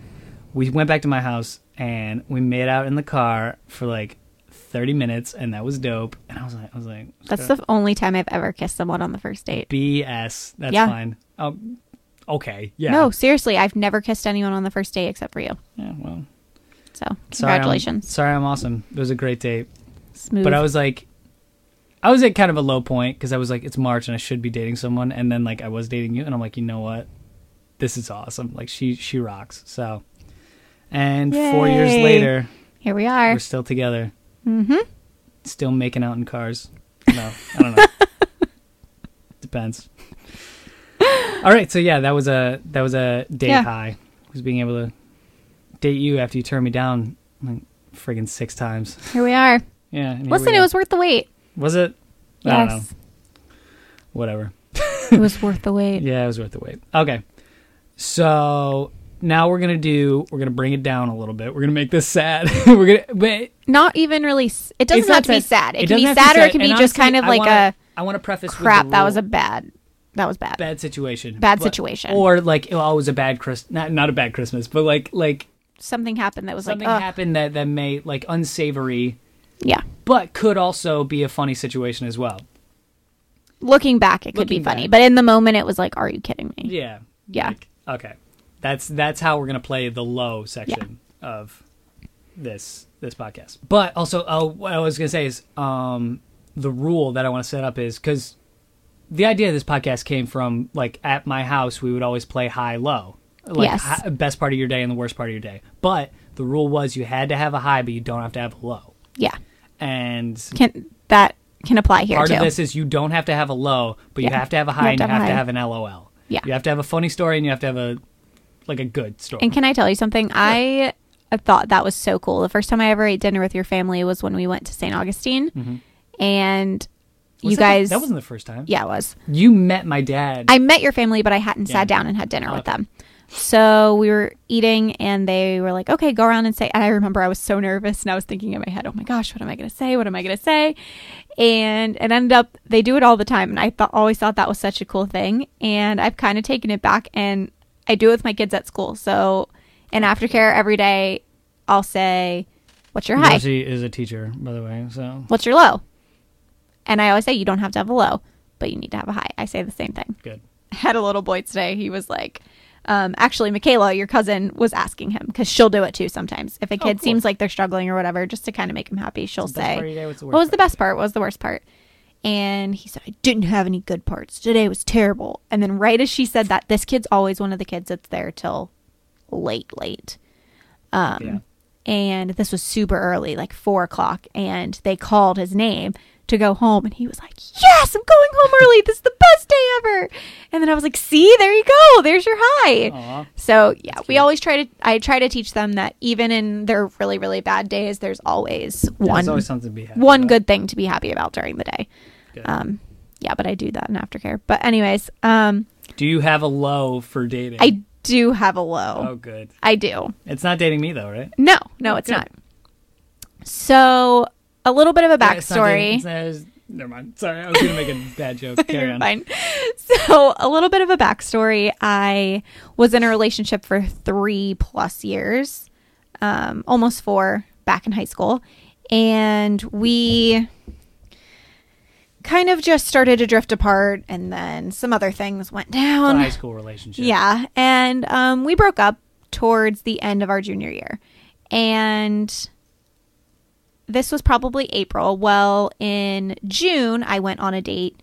S1: we went back to my house and we made out in the car for like thirty minutes, and that was dope. And I was like, I was like,
S2: That's the only time I've ever kissed someone on the first date.
S1: BS. That's
S2: Yeah.
S1: fine. Um, okay. Yeah.
S2: No, seriously, I've never kissed anyone on the first date except for you.
S1: Yeah. Well, sorry,
S2: So
S1: I'm-
S2: congratulations.
S1: Sorry, I'm awesome. It was a great date.
S2: Smooth.
S1: But I was like, I was at kind of a low point because I was like, it's March and I should be dating someone, and then like I was dating you, and I'm like, you know what, this is awesome. Like she she rocks. So, and four years
S2: Yay.
S1: later,
S2: Here we are.
S1: we're still together. Mm-hmm. Still making out in cars. No, I don't know. Pence. All right, so yeah, that was a that was a date
S2: Yeah.
S1: high. Was being able to date you after you turned me down like friggin' six times.
S2: Here we are.
S1: Yeah. and here
S2: Listen,
S1: we
S2: it
S1: are.
S2: was worth the wait.
S1: was it? I don't know.
S2: Yes,
S1: Whatever.
S2: it was worth the wait.
S1: Yeah, it was worth the wait. Okay. So now we're gonna do we're gonna bring it down a little bit. We're gonna make this sad. we're gonna but
S2: Not even really. s- It doesn't
S1: it's
S2: have
S1: not
S2: to be sad. It, can be
S1: doesn't have to
S2: sad, or it can
S1: and
S2: be just
S1: honestly,
S2: kind of
S1: I
S2: like
S1: wanna-
S2: a
S1: I want to preface with the
S2: crap. That was
S1: rule.
S2: a bad. That was bad.
S1: bad situation.
S2: Bad
S1: But-
S2: situation.
S1: Or like oh, it was a bad Christ not not a bad Christmas, but like like
S2: Something happened that was
S1: something
S2: like, ugh.
S1: happened that that may like unsavory,
S2: yeah.
S1: but could also be a funny situation as well.
S2: Looking back, it could
S1: Looking
S2: be funny,
S1: back.
S2: but in the moment, it was like, are you kidding me?
S1: Yeah.
S2: Yeah.
S1: Like, okay. That's that's how we're gonna play the low section of this this podcast. But also, uh, what I was gonna say is um, the rule that I want to set up is because the idea of this podcast came from like at my house we would always play high low, like
S2: Yes.
S1: hi- best part of your day and the worst part of your day. But the rule was you had to have a high, but you don't have to have a low.
S2: Yeah.
S1: And
S2: Can that can apply here
S1: part
S2: too?
S1: of this is you don't have to have a low, but you
S2: Yeah.
S1: have to have a high and you have to have an LOL.
S2: Yeah.
S1: You have to have a funny story and you have to have a like a good story.
S2: And can I tell you something? I I thought that was so cool. The first time I ever ate dinner with your family was when we went to St. Augustine, and
S1: Mm-hmm. Was
S2: you
S1: that the-
S2: guys.
S1: that wasn't the first time.
S2: yeah, it was.
S1: You met my dad.
S2: I met your family, but I hadn't
S1: Yeah.
S2: sat down and had dinner with
S1: Okay.
S2: them. So we were eating, and they were like, "Okay, go around and say." And I remember I was so nervous, and I was thinking in my head, "Oh my gosh, what am I going to say? What am I going to say?" And it ended up they do it all the time, and I th- always thought that was such a cool thing. And I've kind of taken it back, and I do it with my kids at school. So in aftercare every day, I'll say, "What's your high?
S1: Josie is a teacher, by the way, so
S2: What's your low?" And I always say, "You don't have to have a low, but you need to have a high." I say the same thing
S1: good.
S2: had a little boy today. He was like, um, actually, Michaela, your cousin, was asking him because she'll do it too sometimes. If a kid
S1: Oh, cool.
S2: seems like they're struggling or whatever, just to kind of make him happy, she'll
S1: the best
S2: say,
S1: part of your day? What's the
S2: What
S1: worst
S2: was the
S1: part of
S2: best part? What was the worst part? And he said, I didn't have any good parts. Today was terrible. And then, right as she said that, this kid's always one of the kids that's there till late, late Um,
S1: yeah.
S2: and this was super early, like four o'clock, and they called his name to go home, and he was like, "Yes, I'm going home early. This is the best day ever." And then I was like, "See, there you go. There's your high."
S1: Aw.
S2: So yeah, we
S1: cute.
S2: always try to. I try to teach them that even in their really really bad days, there's always one
S1: There's always something to be happy
S2: one
S1: about.
S2: good thing to be happy about during the day.
S1: Good.
S2: Um, yeah, but I do that in aftercare. But anyways, um,
S1: Do you have a low for dating?
S2: I do have a low.
S1: Oh good.
S2: I do.
S1: It's not dating me though, right?
S2: No, no, it's
S1: Oh, Good.
S2: not. So, a little bit of a
S1: Yeah, it's not dating-
S2: backstory.
S1: it's not- it's- never mind. Sorry, I was gonna make a bad joke. Carry
S2: You're
S1: on.
S2: fine. So, a little bit of a backstory. I was in a relationship for three plus years, um, almost four back in high school. And we kind of just started to drift apart, and then some other things went
S1: It's a
S2: down.
S1: high school relationship.
S2: Yeah. And um, we broke up towards the end of our junior year. And this was probably April. Well, in June, I went on a date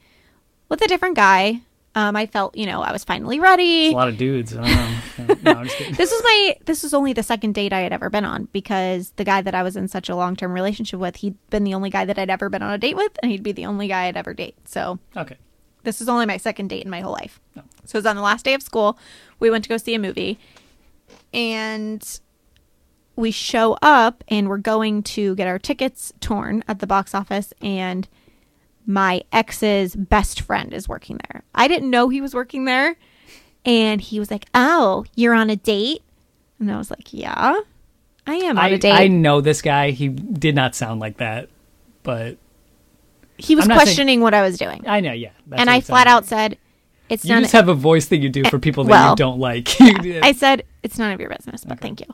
S2: with a different guy. Um, I felt, you know, I was finally ready.
S1: It's a lot of dudes. I don't know. No, I'm just kidding.
S2: This was my this was only the second date I had ever been on because the guy that I was in such a long term relationship with, he'd been the only guy that I'd ever been on a date with, and he'd be the only guy I'd ever date. So
S1: Okay.
S2: this was only my second date in my whole life.
S1: Oh.
S2: So it was on the last day of school. We went to go see a movie. And we show up and we're going to get our tickets torn at the box office. And my ex's best friend is working there. I didn't know he was working there. And he was like, Oh, you're on a date? And I was like, Yeah, I am on a
S1: I,
S2: date.
S1: I know this guy. He did not sound like that, but
S2: he was
S1: I'm not saying-
S2: questioning what I was doing.
S1: I know. Yeah. that's
S2: and
S1: what
S2: I
S1: it sounded like.
S2: flat out said, It's
S1: You
S2: none
S1: just have a voice that you do for people that you
S2: well,
S1: don't like. You-
S2: I said, it's none of your business, but thank you.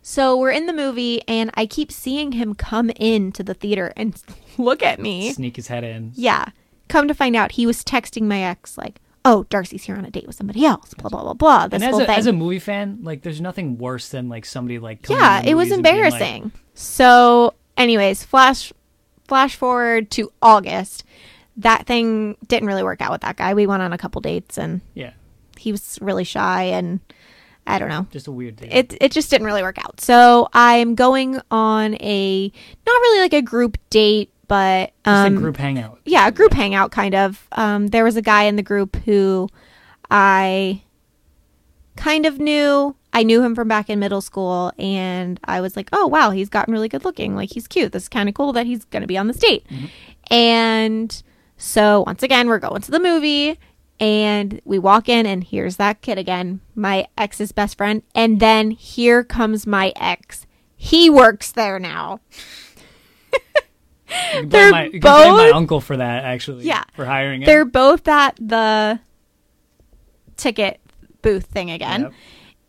S2: So we're in the movie, and I keep seeing him come into the theater and look at me.
S1: sneak his head in.
S2: Yeah. Come to find out, he was texting my ex, like, oh, Darcy's here on a date with somebody else, blah, blah, blah, blah. This
S1: and as
S2: whole
S1: a,
S2: thing.
S1: as a movie fan, like, there's nothing worse than like somebody like. coming
S2: yeah,
S1: to the
S2: it was
S1: movies and being like,
S2: embarrassing. so, anyways, flash flash forward to August. That thing didn't really work out with that guy. We went on a couple dates, and
S1: yeah,
S2: he was really shy, and I don't know.
S1: just a weird thing.
S2: it it just didn't really work out. So I'm going on a not really like a group date but
S1: Just
S2: um,
S1: a group hangout.
S2: yeah, a group hangout kind of. Um, there was a guy in the group who I kind of knew. I knew him from back in middle school, and I was like, "Oh wow, he's gotten really good looking. Like he's cute. This is kind of cool that he's going to be on this date."
S1: Mm-hmm.
S2: And so once again, we're going to the movie, and we walk in, and here's that kid again, my ex's best friend, and then here comes my ex. He works there now.
S1: You can
S2: they're
S1: blame my, you can blame my
S2: both-
S1: uncle for that actually.
S2: Yeah.
S1: for hiring him.
S2: They're both at the ticket booth thing again.
S1: Yep.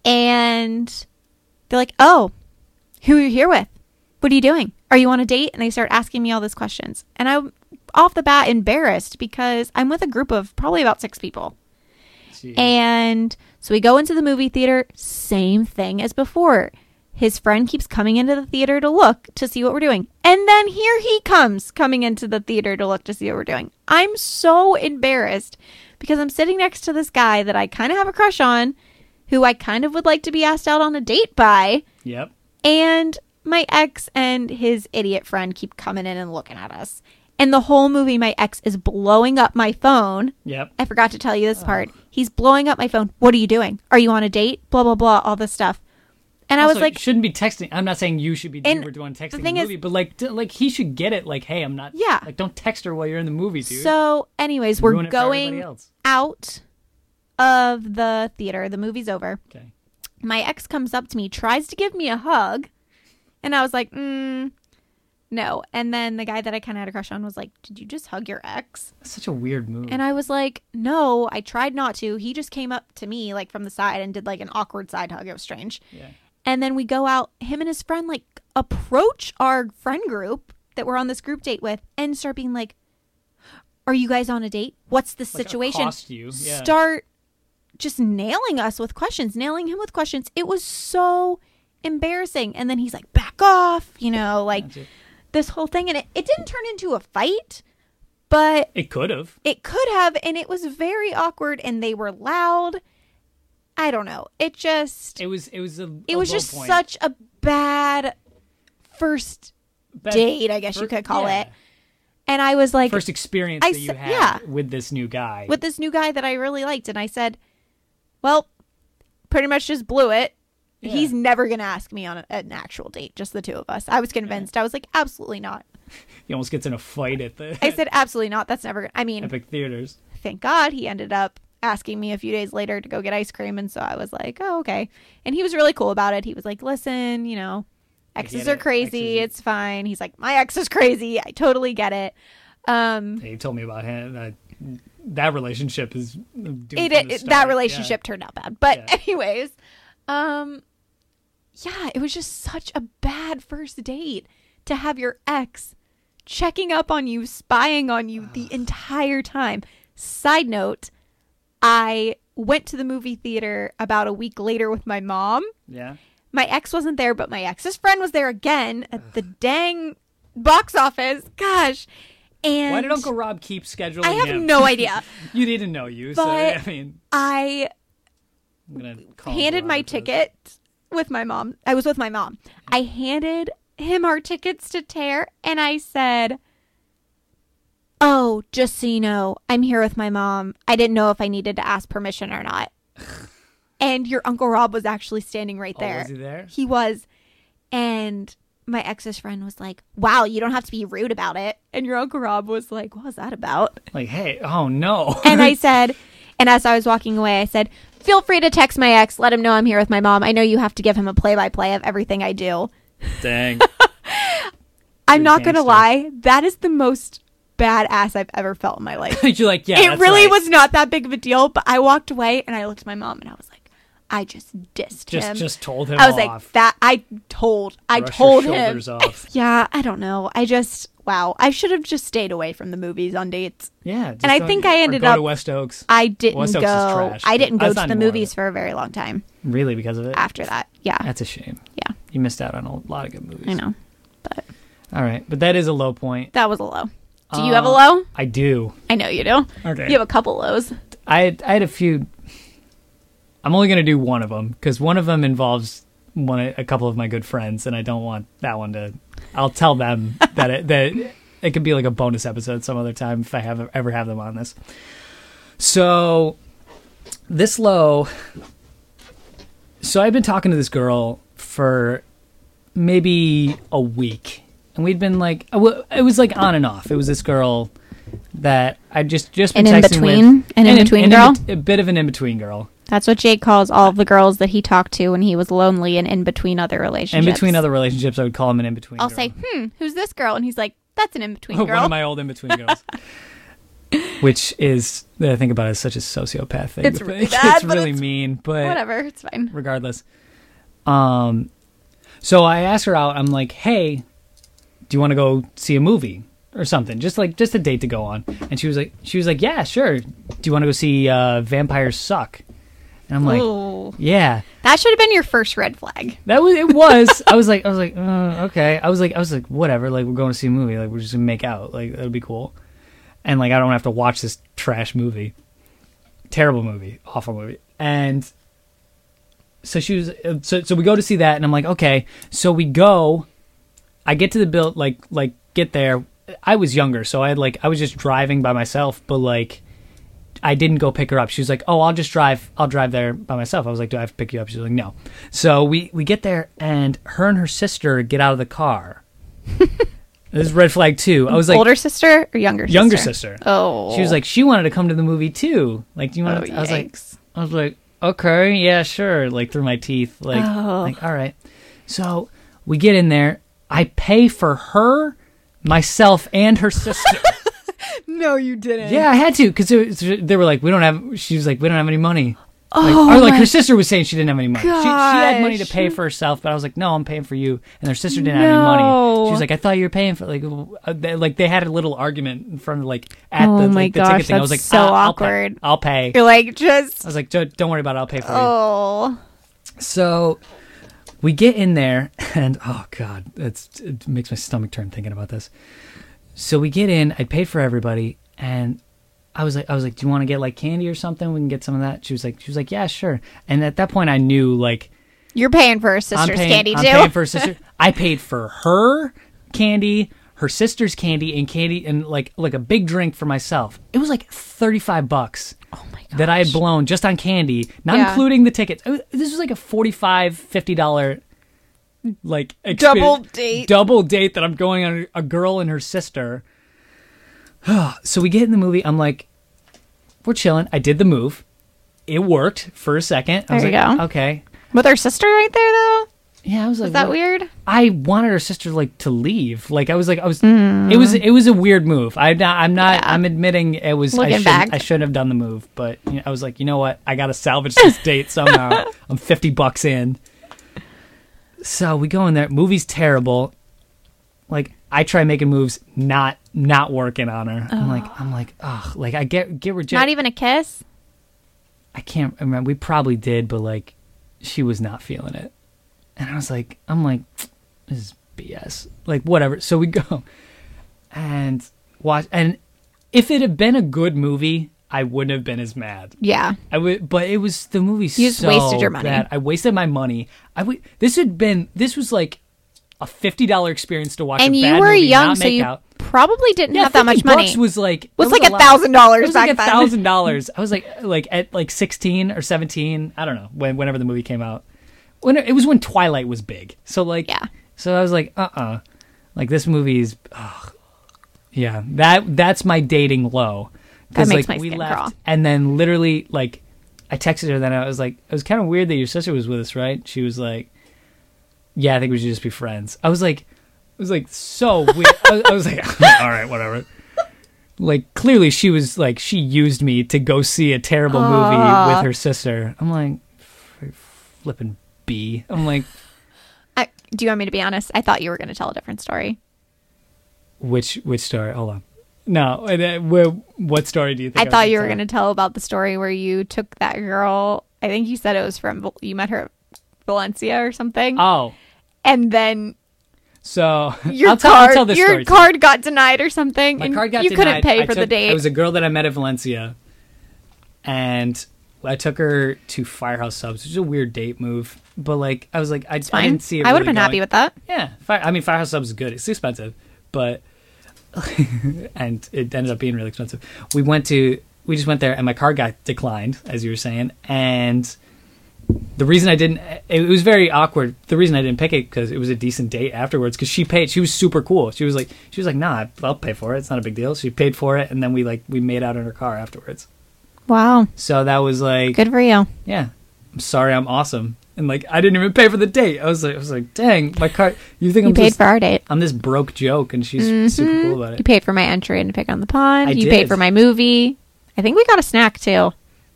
S2: And they're like, Oh, who are you here with? What are you doing? Are you on a date? And they start asking me all these questions. And I'm off the bat embarrassed because I'm with a group of probably about six people.
S1: Jeez.
S2: And so we go into the movie theater, same thing as before. His friend keeps coming into the theater to look to see what we're doing. And then here he comes coming into the theater to look to see what we're doing. I'm so embarrassed because I'm sitting next to this guy that I kind of have a crush on, who I kind of would like to be asked out on a date by.
S1: yep.
S2: And my ex and his idiot friend keep coming in and looking at us. And the whole movie, my ex is blowing up my phone
S1: Yep.
S2: I forgot to tell you
S1: Oh.
S2: this part. He's blowing up my phone. What are you doing? Are you on a date? Blah blah blah. All this stuff. And I was
S1: Also, you
S2: like,
S1: shouldn't be texting. I'm not saying you should be you
S2: And
S1: were doing texting the,
S2: thing is-
S1: movie, but like, d- like he should get it. Like, hey, I'm not.
S2: Yeah.
S1: Like, don't text her while you're in the movie, dude.
S2: so. Anyways,
S1: Ruin
S2: we're
S1: it for everybody
S2: going
S1: else.
S2: out of the theater. The movie's over.
S1: Okay.
S2: My ex comes up to me, tries to give me a hug, and I was like, mm, no. And then the guy that I kind of had a crush on was like, did you just hug your ex?
S1: That's such a weird move.
S2: And I was like, no, I tried not to. He just came up to me like from the side and did like an awkward side hug. It was strange.
S1: yeah.
S2: And then we go out, him and his friend like approach our friend group that we're on this group date with and start being like, Are you guys on a date? What's the
S1: Like,
S2: situation?
S1: accost you, yeah.
S2: Start just nailing us with questions, nailing him with questions. It was so embarrassing. And then he's like, Back off, you know, like
S1: That's it.
S2: this whole thing. And it, it didn't turn into a fight, but
S1: It could have.
S2: it could have. And it was very awkward and they were loud. I don't know. It just
S1: It was. It was a.
S2: it
S1: a
S2: was
S1: low
S2: just
S1: point.
S2: such a bad first
S1: Bad-
S2: date, I guess you
S1: fir-
S2: could call
S1: yeah.
S2: it. and I was like
S1: First experience
S2: I
S1: that you
S2: s-
S1: had
S2: yeah.
S1: with this new guy.
S2: with this new guy that I really liked, and I said, "Well, pretty much just blew it.
S1: Yeah.
S2: He's never gonna ask me on a, an actual date, just the two of us." I was convinced. I was like, "Absolutely not."
S1: he almost gets in a fight at the
S2: I said, "Absolutely not. That's never gonna." I mean,
S1: Epic Theaters.
S2: thank God he ended up asking me a few days later to go get ice cream. And so I was like, oh, okay. And he was really cool about it. He was like, listen, you know, exes
S1: get
S2: are
S1: it.
S2: crazy.
S1: Exes are-
S2: It's fine. He's like, my ex is crazy. I totally get it. Um,
S1: He told me about him. I, that relationship is. doomed
S2: it,
S1: from
S2: it,
S1: the
S2: that
S1: start.
S2: relationship turned out bad. But
S1: Yeah.
S2: anyways, um, yeah, it was just such a bad first date to have your ex checking up on you, spying on you the entire time. Side note, I went to the movie theater about a week later with my mom.
S1: Yeah. yeah.
S2: My ex wasn't there, but my ex's friend was there again at the dang box office. Gosh. And
S1: Why did Uncle Rob keep scheduling
S2: I have
S1: him?
S2: no idea.
S1: you didn't know you, so I
S2: But-
S1: mean,
S2: I
S1: I'm gonna call
S2: handed
S1: Uncle
S2: my
S1: Rob for this.
S2: ticket with my mom. I was with my mom. I handed him our tickets to tear and I said, Oh, just so you know, I'm here with my mom. I didn't know if I needed to ask permission or not. and your Uncle Rob was actually standing right
S1: Oh,
S2: there.
S1: was he there?
S2: He was. And my ex's friend was like, Wow, you don't have to be rude about it. And your Uncle Rob was like, What was that about?
S1: Like, hey, oh no.
S2: and I said, and as I was walking away, I said, "Feel free to text my ex. Let him know I'm here with my mom. I know you have to give him a play-by-play of everything I do."
S1: Dang.
S2: I'm not
S1: gangster.
S2: gonna lie, that is the most badass I've ever felt in my life.
S1: You're like, yeah.
S2: it
S1: that's
S2: really
S1: right.
S2: was not that big of a deal, but I walked away and I looked at my mom and I was like, "I just dissed
S1: Just,
S2: him."
S1: just told him.
S2: I was
S1: off.
S2: like, "That I told, I
S1: Brush your
S2: told him."
S1: shoulders off.
S2: yeah, I don't know. I just wow, I should have just stayed away from the movies on dates.
S1: yeah. just
S2: and I
S1: don't-
S2: think I
S1: or
S2: ended
S1: go
S2: up-
S1: to West Oaks.
S2: I didn't
S1: West
S2: go.
S1: Oaks is trash,
S2: I
S1: but
S2: didn't go
S1: that's
S2: to
S1: not
S2: the
S1: more of
S2: movies
S1: it.
S2: for a very long time
S1: really because of it.
S2: after that. Yeah,
S1: That's a shame.
S2: yeah,
S1: You missed out on a lot of good movies.
S2: I know. But
S1: All right, but that is a low point.
S2: that was a low. Do you have a
S1: Uh,
S2: low?
S1: I do.
S2: I know you do.
S1: Okay.
S2: You have a couple lows.
S1: I had, I had a few. I'm only going to do one of them because one of them involves one a couple of my good friends, and I don't want that one to. I'll tell them that it, that it could be like a bonus episode some other time if I have ever have them on this. So this low. So I've been talking to this girl for maybe a week, and we'd been like, I wa- it was like on and off. It was this girl that I just just been
S2: An
S1: texting
S2: in-between?
S1: with,
S2: An in-between
S1: an
S2: girl?
S1: a bit of an in between girl,
S2: That's what Jake calls all of the girls that he talked to when he was lonely and in between other
S1: in
S2: relationships.
S1: between other relationships. I would call him an in between.
S2: I'll say, hmm, who's this girl? And he's like, that's an in between
S1: one
S2: girl.
S1: of my old in between girls. Which is that I think about it as such a sociopath thing.
S2: It's
S1: to
S2: really
S1: think.
S2: bad,
S1: it's
S2: but
S1: really
S2: it's-
S1: mean, but
S2: Whatever, it's fine.
S1: regardless. Um, so I asked her out. I'm like, hey, do you want to go see a movie or something? Just like just a date to go on. And she was like, she was like, yeah, sure. Do you want to go see uh, Vampires Suck? And I'm like,
S2: Ooh.
S1: yeah.
S2: That should have been your first red flag.
S1: That was it. Was I was like I was like uh, okay. I was like I was like whatever. Like we're going to see a movie. Like we're just gonna make out. Like that'll be cool. And like I don't have to watch this trash movie. Terrible movie. Awful movie. And so she was. uh, So so we go to see that, and I'm like okay. So we go. I get to the build like like get there. I was younger, so I had like I was just driving by myself, but like I didn't go pick her up. She was like, "Oh, I'll just drive. I'll drive there by myself." I was like, "Do I have to pick you up?" She was like, "No." So we we get there, and her and her sister get out of the car. this is red flag too. I was like,
S2: Older sister or younger sister?
S1: younger sister.
S2: Oh.
S1: She was like, she wanted to come to the movie too. Like, do you
S2: oh,
S1: want? to? I was like,
S2: yikes.
S1: I was like, okay, yeah, sure. Like through my teeth, like,
S2: Oh.
S1: like all right. So we get in there. I pay for her, myself, and her sister.
S2: no, you didn't.
S1: Yeah, I had to because they were like, we don't have. She was like, we don't have any money. Like,
S2: Oh,
S1: or like
S2: my-
S1: her sister was saying she didn't have any money. She, she had money to
S2: gosh.
S1: pay for herself, but I was like, no, I'm paying for you. And her sister didn't have any money. She
S2: No.
S1: was like, I thought you were paying for like, uh, they, like they had a little argument in front of like at
S2: Oh
S1: the,
S2: my
S1: like, the
S2: gosh,
S1: ticket thing. I was like,
S2: that's so
S1: "Ah, I'll pay.
S2: awkward."
S1: I'll pay.
S2: You're like, just,
S1: I was like, "Don't- don't worry about it. I'll pay for you.
S2: oh.
S1: So we get in there, and oh god, that's it makes my stomach turn thinking about this. So we get in. I paid for everybody, and I was like, I was like, do you want to get like candy or something? We can get some of that. She was like, she was like, yeah, sure. And at that point, I knew like
S2: You're paying for her sister's
S1: I'm paying,
S2: candy,
S1: I'm
S2: too.
S1: paying for her sister. I paid for her candy, her sister's candy, and candy, and like like a big drink for myself. It was like thirty five bucks
S2: oh, my
S1: that I had blown just on candy, not
S2: Yeah.
S1: including the tickets. It was- This was like a $45, $50 like expe-
S2: Double date.
S1: Double date that I'm going on a girl and her sister. so we get in the movie. I'm like, we're chilling. I did the move. It worked for a second. I was
S2: There you
S1: like,
S2: go.
S1: okay.
S2: With her sister right there, though?
S1: Yeah, I was like,
S2: Is that
S1: what-
S2: weird?
S1: I wanted her sister like to leave. Like I was like I was.
S2: Mm.
S1: It was it was a weird move. I, I'm not. I'm admitting it was. I
S2: Looking
S1: shouldn't,
S2: back.
S1: I shouldn't have done the move, but you know, I was like, you know what? I gotta salvage this date somehow. I'm 50 bucks in. So we go in there. Movie's terrible. Like I try making moves, not not working on her. I'm
S2: Oh.
S1: like I'm like ugh. Like I get get rejected.
S2: Not even a kiss?
S1: I can't remember. We probably did, but like, she was not feeling it. And I was like, I'm like, this is BS. Like, whatever. So we go and watch. And if it had been a good movie, I wouldn't have been as mad.
S2: Yeah.
S1: I would, but it was the movie.
S2: You just
S1: so
S2: wasted your money.
S1: bad. I wasted my money. I would. This had been. This was like a fifty dollar experience to watch.
S2: and
S1: a
S2: you
S1: bad
S2: were
S1: movie,
S2: young,
S1: not
S2: so
S1: make
S2: you
S1: out.
S2: probably didn't
S1: Yeah,
S2: have that
S1: 50
S2: much money.
S1: bucks was like
S2: was
S1: that
S2: like
S1: a
S2: a
S1: lot.
S2: thousand
S1: It
S2: dollars
S1: was like
S2: back
S1: a
S2: then.
S1: thousand dollars. I was like, like at like sixteen or seventeen. I don't know when, whenever the movie came out. When it was when Twilight was big. So like,
S2: Yeah.
S1: So I was like, uh, uh like this movie is, ugh. yeah. That that's my dating low. 'Cause,
S2: That makes
S1: like,
S2: my
S1: we
S2: skin
S1: left,
S2: crawl.
S1: And then literally like, I texted her. Then I was like, it was kind of weird that your sister was with us, right? She was like, yeah, I think we should just be friends. I was like, it was like so weird. I, I was like, all right, whatever. Like clearly, she was like she used me to go see a terrible movie with her sister. I'm like, f- flipping B. I'm like,
S2: I, do you want me to be honest? I thought you were going to tell a different story.
S1: which which story? Hold on. No, and, uh, where, what story do you think?
S2: I
S1: was
S2: thought you were
S1: tell?
S2: going to tell about the story where you took that girl. I think you said it was from Val- you met her at Valencia or something,
S1: Oh,
S2: and then
S1: so
S2: your
S1: I'll, tell,
S2: card
S1: I'll tell this
S2: your
S1: story. too.
S2: card got denied or something,
S1: My
S2: and
S1: card got
S2: you
S1: denied.
S2: couldn't pay
S1: I
S2: for the
S1: took-
S2: date.
S1: It was a girl that I met at Valencia, and I took her to Firehouse Subs, which is a weird date move. But like, I was like, I, I
S2: Fine.
S1: didn't see it.
S2: I would have
S1: really
S2: been happy
S1: going-
S2: with that.
S1: Yeah, fire, I mean, Firehouse Subs is good. It's expensive, but and it ended up being really expensive. We went to we just went there, and my card got declined, as you were saying, and the reason I didn't it was very awkward. The reason I didn't pick it because it was a decent date afterwards. Because she paid, she was super cool. She was like, she was like, nah, I'll pay for it. It's not a big deal. She paid for it, and then we like we made out in her car afterwards.
S2: Wow.
S1: So that was like,
S2: Good for you.
S1: yeah, I'm sorry, I'm awesome, and like I didn't even pay for the date. I was like, I was like, dang, my car. You think
S2: You
S1: I'm
S2: paid
S1: just,
S2: for our date.
S1: I'm this broke joke, and she's
S2: Mm-hmm.
S1: super cool about
S2: You
S1: it.
S2: paid for my entry into Pick on the Pond.
S1: I
S2: you
S1: did.
S2: paid for my movie. I think we got a snack too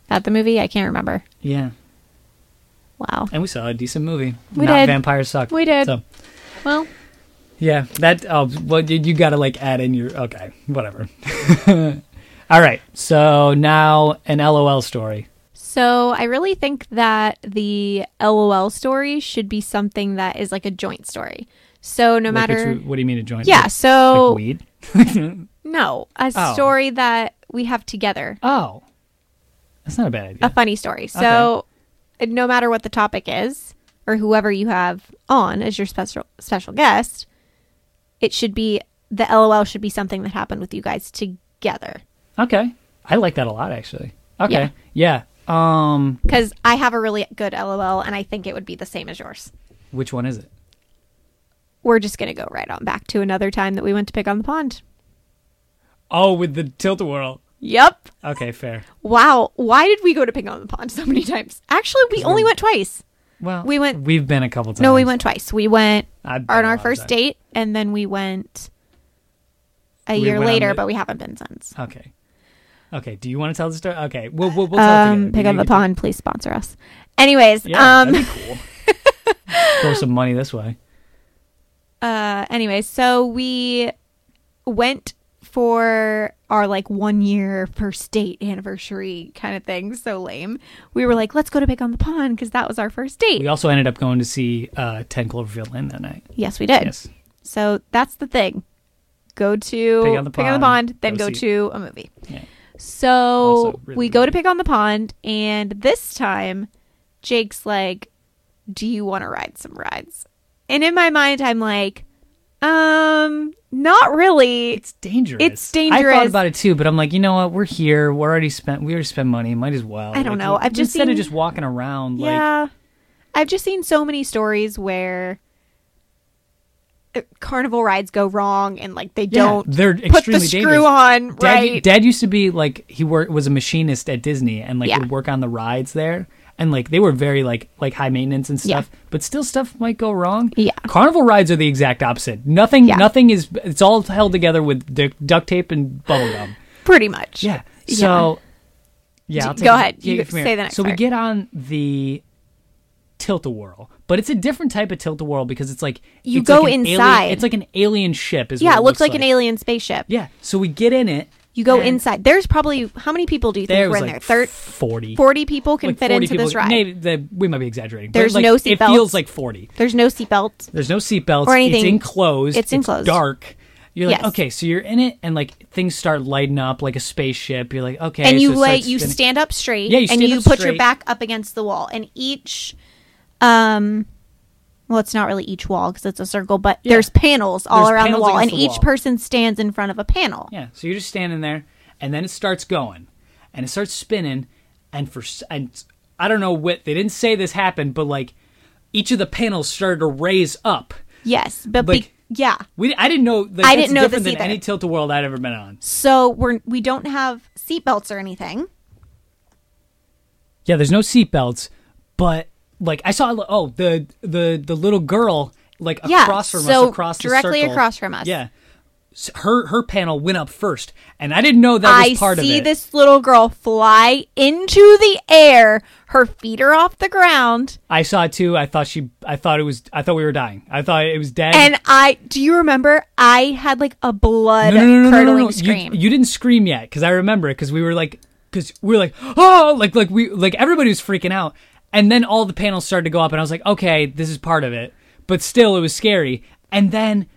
S2: at the movie. I can't remember.
S1: Yeah,
S2: Wow.
S1: and we saw a decent movie.
S2: We
S1: Not
S2: did.
S1: vampires suck.
S2: We did.
S1: So
S2: Well,
S1: yeah, that. Oh, well, you, you got to like add in your okay, whatever. All right, so now an LOL story.
S2: so I really think that the LOL story should be something that is like a joint story. So no
S1: Like,
S2: matter.
S1: which- what do you mean a joint?
S2: yeah,
S1: Like- like
S2: so
S1: weed.
S2: no, a
S1: Oh.
S2: story that we have together.
S1: Oh, that's not a bad idea.
S2: a funny story. So, no matter what the topic is, or whoever you have on as your special special guest, it should be the LOL should be something that happened with you guys together.
S1: okay, I like that a lot actually. Okay, yeah. Um,
S2: Because I have a really good LOL, and I think it would be the same as yours.
S1: which one is it?
S2: We're just gonna go right on back to another time that we went to pick on the pond.
S1: Oh, with the tilt a whirl.
S2: Yep.
S1: Okay, fair.
S2: Wow. Why did we go to pick on the pond so many times? Actually, we only went twice.
S1: Well,
S2: We went-
S1: We've been a couple times.
S2: No, we went twice. We went
S1: I've been
S2: on
S1: a
S2: our
S1: lot of
S2: first
S1: times.
S2: date, and then we went a
S1: We
S2: year
S1: went on
S2: later,
S1: the-
S2: but we haven't been since.
S1: Okay. Okay. Do you want to tell the story? Okay. We'll we'll, we'll tell it together.
S2: um, pick
S1: You
S2: on the
S1: get to-
S2: pond, please sponsor us. Anyways,
S1: Yeah,
S2: um,
S1: that'd be cool. Throw some money this way.
S2: uh, anyways, so we went for our like one year first date anniversary kind of thing. So lame. We were like, let's go to pick on the pond because that was our first date.
S1: We also ended up going to see uh, Ten Cloverfield Lane that night.
S2: Yes, we did.
S1: Yes.
S2: So that's the thing. Go to
S1: Pick on the Pond,
S2: then
S1: go
S2: go,
S1: see it.
S2: to a movie.
S1: Yeah.
S2: So
S1: Also really
S2: we
S1: good
S2: go to
S1: movie.
S2: pick on the pond, and this time Jake's like, Do you want to ride some rides? And in my mind, I'm like, Um, not really.
S1: It's dangerous.
S2: It's
S1: I thought
S2: dangerous.
S1: about it too, but I'm like, you know what? We're here. We're already spent. We already spent money. Might as well.
S2: I don't
S1: Like,
S2: know. I've just
S1: instead of
S2: seen-
S1: just walking around. Like,
S2: yeah. I've just seen so many stories where uh, carnival rides go wrong and like they
S1: Yeah,
S2: don't
S1: They're
S2: put the
S1: extremely
S2: screw
S1: dangerous.
S2: on
S1: Dad,
S2: right.
S1: Dad used to be like he work was a machinist at Disney and like
S2: Yeah.
S1: would work on the rides there, and like they were very like like high maintenance and
S2: Yeah.
S1: stuff. But still, stuff might go wrong.
S2: Yeah.
S1: Carnival rides are the exact opposite. Nothing.
S2: Yeah.
S1: Nothing is. It's all held together with du- duct tape and bubble gum.
S2: pretty much.
S1: Yeah. So, yeah.
S2: D-
S1: I'll
S2: go
S1: take it.
S2: ahead.
S1: Yeah,
S2: You
S1: from here.
S2: say the next
S1: So we
S2: part.
S1: get on the tilt a whirl, but it's a different type of tilt a whirl because it's like
S2: You
S1: it's like
S2: go
S1: an alien-
S2: inside.
S1: it's like an alien ship. Is
S2: Yeah,
S1: what
S2: it looks like, an
S1: alien.
S2: alien spaceship.
S1: Yeah. So we get in it.
S2: You go
S1: and
S2: inside. There's probably how many people do you
S1: There
S2: think were
S1: was
S2: in
S1: like
S2: there? Thir-
S1: 40.
S2: 40 people can
S1: Like
S2: fit
S1: 40
S2: into this
S1: people-
S2: ride.
S1: Maybe the, we might be exaggerating. but,
S2: There's
S1: like,
S2: no
S1: It
S2: seatbelts.
S1: feels like 40.
S2: There's no seatbelt.
S1: There's no seatbelts
S2: Or anything.
S1: It's enclosed.
S2: It's enclosed.
S1: dark. You're like,
S2: Yes.
S1: okay, so you're in it, and like things start lighting up like a spaceship. You're like, okay,
S2: and you
S1: so it
S2: lay
S1: starts
S2: you
S1: spinning.
S2: stand up straight
S1: Yeah, you
S2: and
S1: stand
S2: you
S1: up
S2: put your
S1: straight.
S2: back up against the wall and each um well it's not really each wall cuz it's a circle but
S1: Yeah.
S2: there's panels all
S1: There's
S2: around
S1: panels
S2: the wall and
S1: against the
S2: each
S1: wall.
S2: person stands in front of a panel.
S1: Yeah, so you're just standing there, and then it starts going, and it starts spinning, and for s- and I don't know what they didn't say this happened, but like each of the panels started to raise up.
S2: Yes, but
S1: Like-
S2: be- yeah.
S1: We I didn't know. Like,
S2: I
S1: that's
S2: didn't know
S1: different
S2: this
S1: than any
S2: either.
S1: tilt a world I'd ever been on.
S2: So we're we don't have seatbelts or anything.
S1: Yeah, there's no seatbelts, but like I saw. Oh, the the the little girl like
S2: Yeah,
S1: across from
S2: so
S1: us, across the
S2: directly
S1: circle.
S2: across from us.
S1: Yeah, S- her her panel went up first, and I didn't know that
S2: I
S1: was part
S2: see
S1: of it.
S2: this little girl fly into the air. Her feet are off the ground,
S1: I saw it too. I thought she. I thought it was. I thought we were dying. I thought it was dead.
S2: and I do you remember? I had like a blood
S1: no, no, no, no, no,
S2: curdling
S1: no.
S2: scream.
S1: You, you didn't scream yet because I remember it because we were like, because we were like, oh, like like we like everybody was freaking out, and then all the panels started to go up, and I was like, okay, this is part of it, but still, it was scary. And then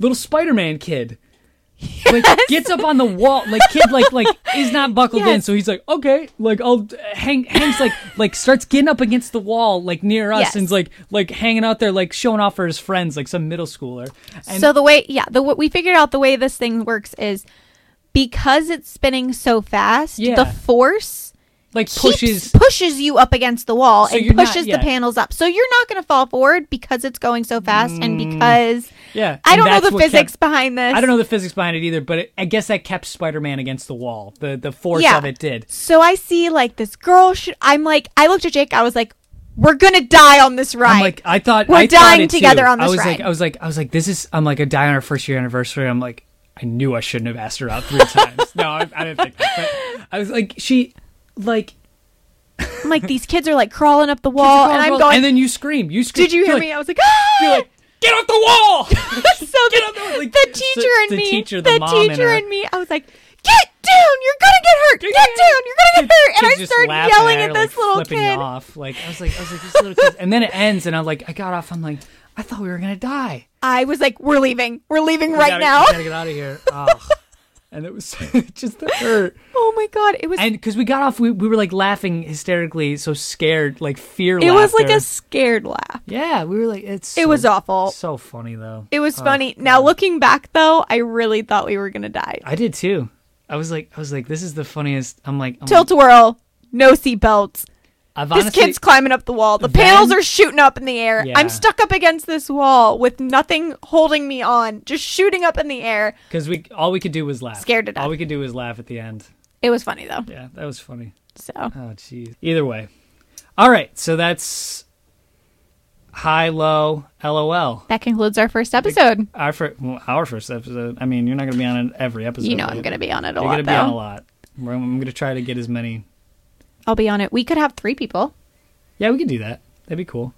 S1: little Spider Man kid Like gets up on the wall, like kid, like like is not buckled in,
S2: Yes.
S1: so he's like, okay, like I'll uh, hang, hangs like like starts getting up against the wall, like near us,
S2: Yes.
S1: and's like like hanging out there, like showing off for his friends, like some middle schooler. And
S2: so the way, yeah, the w- we figured out the way this thing works is because it's spinning so fast,
S1: Yeah.
S2: the force
S1: like
S2: keeps-
S1: pushes,
S2: pushes you up against the wall
S1: So you're
S2: and
S1: not-
S2: pushes
S1: yeah.
S2: the panels up. So you're not going to fall forward because it's going so fast and because
S1: yeah.
S2: I
S1: Mm. and
S2: don't know
S1: that's
S2: the
S1: what kept-
S2: physics behind this.
S1: I don't know the physics behind it either, but it, I guess that kept Spider-Man against the wall. The the force
S2: Yeah.
S1: of it did.
S2: So I see like this girl. Sh- I'm like, I looked at Jake. I was like, we're gonna die on this ride.
S1: I'm like, I thought
S2: We're
S1: I thought
S2: dying
S1: it too.
S2: together on this
S1: I was like,
S2: ride.
S1: I was like, I was like, this is. I'm like, I die on our first year anniversary. I'm like, I knew I shouldn't have asked her out three times. No, I, I didn't think that. But I was like, she, like,
S2: I'm like, these kids are like crawling up the wall, Oh, and I'm going.
S1: and then you scream. You scream.
S2: Did you
S1: You're
S2: hear
S1: like-
S2: me? I was like, ah!
S1: You're like, get off the wall.
S2: so the,
S1: up there, like,
S2: the
S1: so-
S2: teacher and
S1: the
S2: me,
S1: teacher, the mom and
S2: teacher
S1: her.
S2: and, me, I was like, get down! You're gonna get hurt! Get
S1: gonna get
S2: down! You're gonna get hurt! And
S1: Kids
S2: I
S1: just
S2: started
S1: laughing
S2: yelling
S1: at,
S2: at
S1: her,
S2: this
S1: like,
S2: little
S1: flipping
S2: kid.
S1: off. Like I was like, I was like, this little kid. And then it ends, and I'm like, I got off. I'm like, I thought we were gonna die.
S2: I was like, we're leaving. We're leaving
S1: We
S2: right
S1: gotta-
S2: now.
S1: we gotta get out of here. Ugh. and it was just the hurt.
S2: Oh my god! It was.
S1: and because we got off, we, we were like laughing hysterically, so scared, like fear.
S2: it was like a
S1: laughter.
S2: scared laugh.
S1: yeah. We were like, it's
S2: It
S1: so-
S2: was awful.
S1: So funny though.
S2: It was
S1: Oh,
S2: funny.
S1: God.
S2: Now looking back though, I really thought we were gonna die.
S1: I did too. I was like, I was like, this is the funniest. I'm like, I'm
S2: Tilt
S1: like,
S2: a whirl, no seatbelts.
S1: I've
S2: This
S1: honestly,
S2: kid's climbing up the wall. The
S1: Then-
S2: panels are shooting up in the air.
S1: Yeah.
S2: I'm stuck up against this wall with nothing holding me on, just shooting up in the air.
S1: because we all we could do was laugh.
S2: Scared to death.
S1: All we could do was laugh at the end.
S2: It was funny though.
S1: Yeah, that was funny.
S2: So
S1: Oh, jeez. Either way, all right. So that's high, low, lol.
S2: that concludes our first episode.
S1: Our fir- well, our first episode. I mean, you're not gonna be on it every episode.
S2: You know
S1: but
S2: I'm gonna be on it a
S1: You're
S2: lot
S1: gonna be on a
S2: though.
S1: lot. We're- I'm gonna try to get as many
S2: I'll be on it. We could have three people.
S1: Yeah, we could do that. That'd be cool.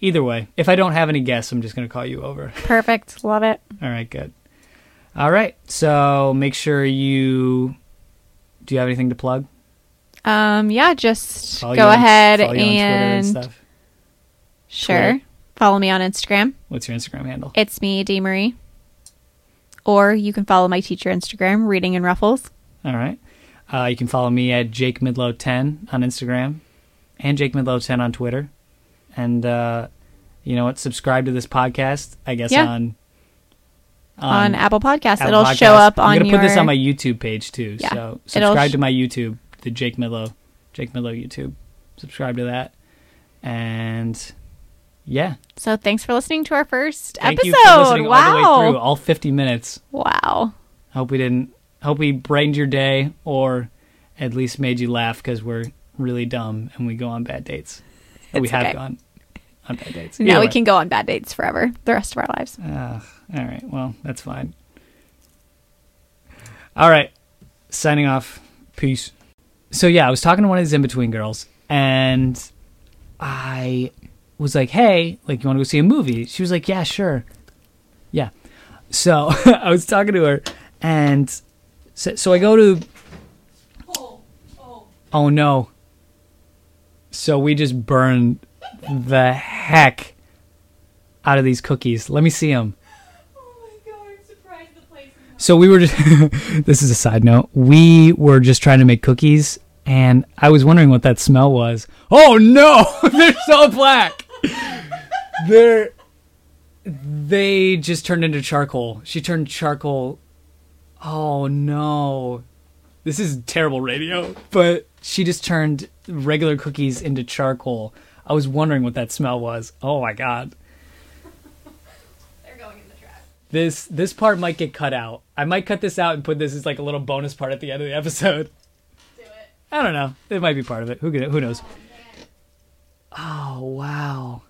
S1: Either way, if I don't have any guests, I'm just going to call you over.
S2: Perfect. Love it.
S1: All right, good. All right. So make sure you. Do you have anything to plug?
S2: Um yeah, just
S1: Follow you
S2: go
S1: on-
S2: ahead
S1: follow you on Twitter
S2: and,
S1: stuff.
S2: sure.
S1: Twitter.
S2: Follow me on Instagram.
S1: What's your Instagram handle?
S2: It's me, D Marie. Or you can follow my teacher Instagram, Reading and Ruffles.
S1: All right. Uh, you can follow me at Jake Midlow 10 on Instagram and Jake Midlow 10 on Twitter. And uh, you know what? Subscribe to this podcast, I guess,
S2: Yeah.
S1: on.
S2: on Apple Podcasts.
S1: Apple
S2: It'll show
S1: Podcasts.
S2: up on
S1: I'm gonna
S2: your.
S1: put this on my YouTube page too.
S2: Yeah.
S1: So
S2: It'll
S1: subscribe
S2: sh-
S1: to my YouTube, the Jake Millow, Jake Millow YouTube. Subscribe to that, and yeah,
S2: so thanks for listening to our first
S1: thank
S2: episode.
S1: you for listening
S2: wow!
S1: all the way through, all 50 minutes.
S2: Wow!
S1: Hope we didn't, hope we brightened your day, or at least made you laugh because we're really dumb and we go on bad dates. Or we
S2: It's
S1: have
S2: okay.
S1: gone on bad dates.
S2: Now
S1: Either
S2: we
S1: way.
S2: can go on bad dates forever, the rest of our lives.
S1: Ugh, all right. Well, that's fine. All right. Signing off. Peace. So yeah, I was talking to one of these in between girls, and I was like, "Hey, like, you want to go see a movie?" She was like, "Yeah, sure." Yeah. So I was talking to her, and so, so I go to. Oh no. So we just burned the heck out of these cookies. Let me see them. So we were just. this is a side note. We were just trying to make cookies, and I was wondering what that smell was. Oh no! They're so black. They're. They just turned into charcoal. She turned charcoal. Oh no! This is terrible radio. But she just turned regular cookies into charcoal. I was wondering what that smell was. Oh my god this this part might get cut out. I might cut this out and put this as like a little bonus part at the end of the episode. I don't know. It might be part of it. Who could, who knows? Oh wow.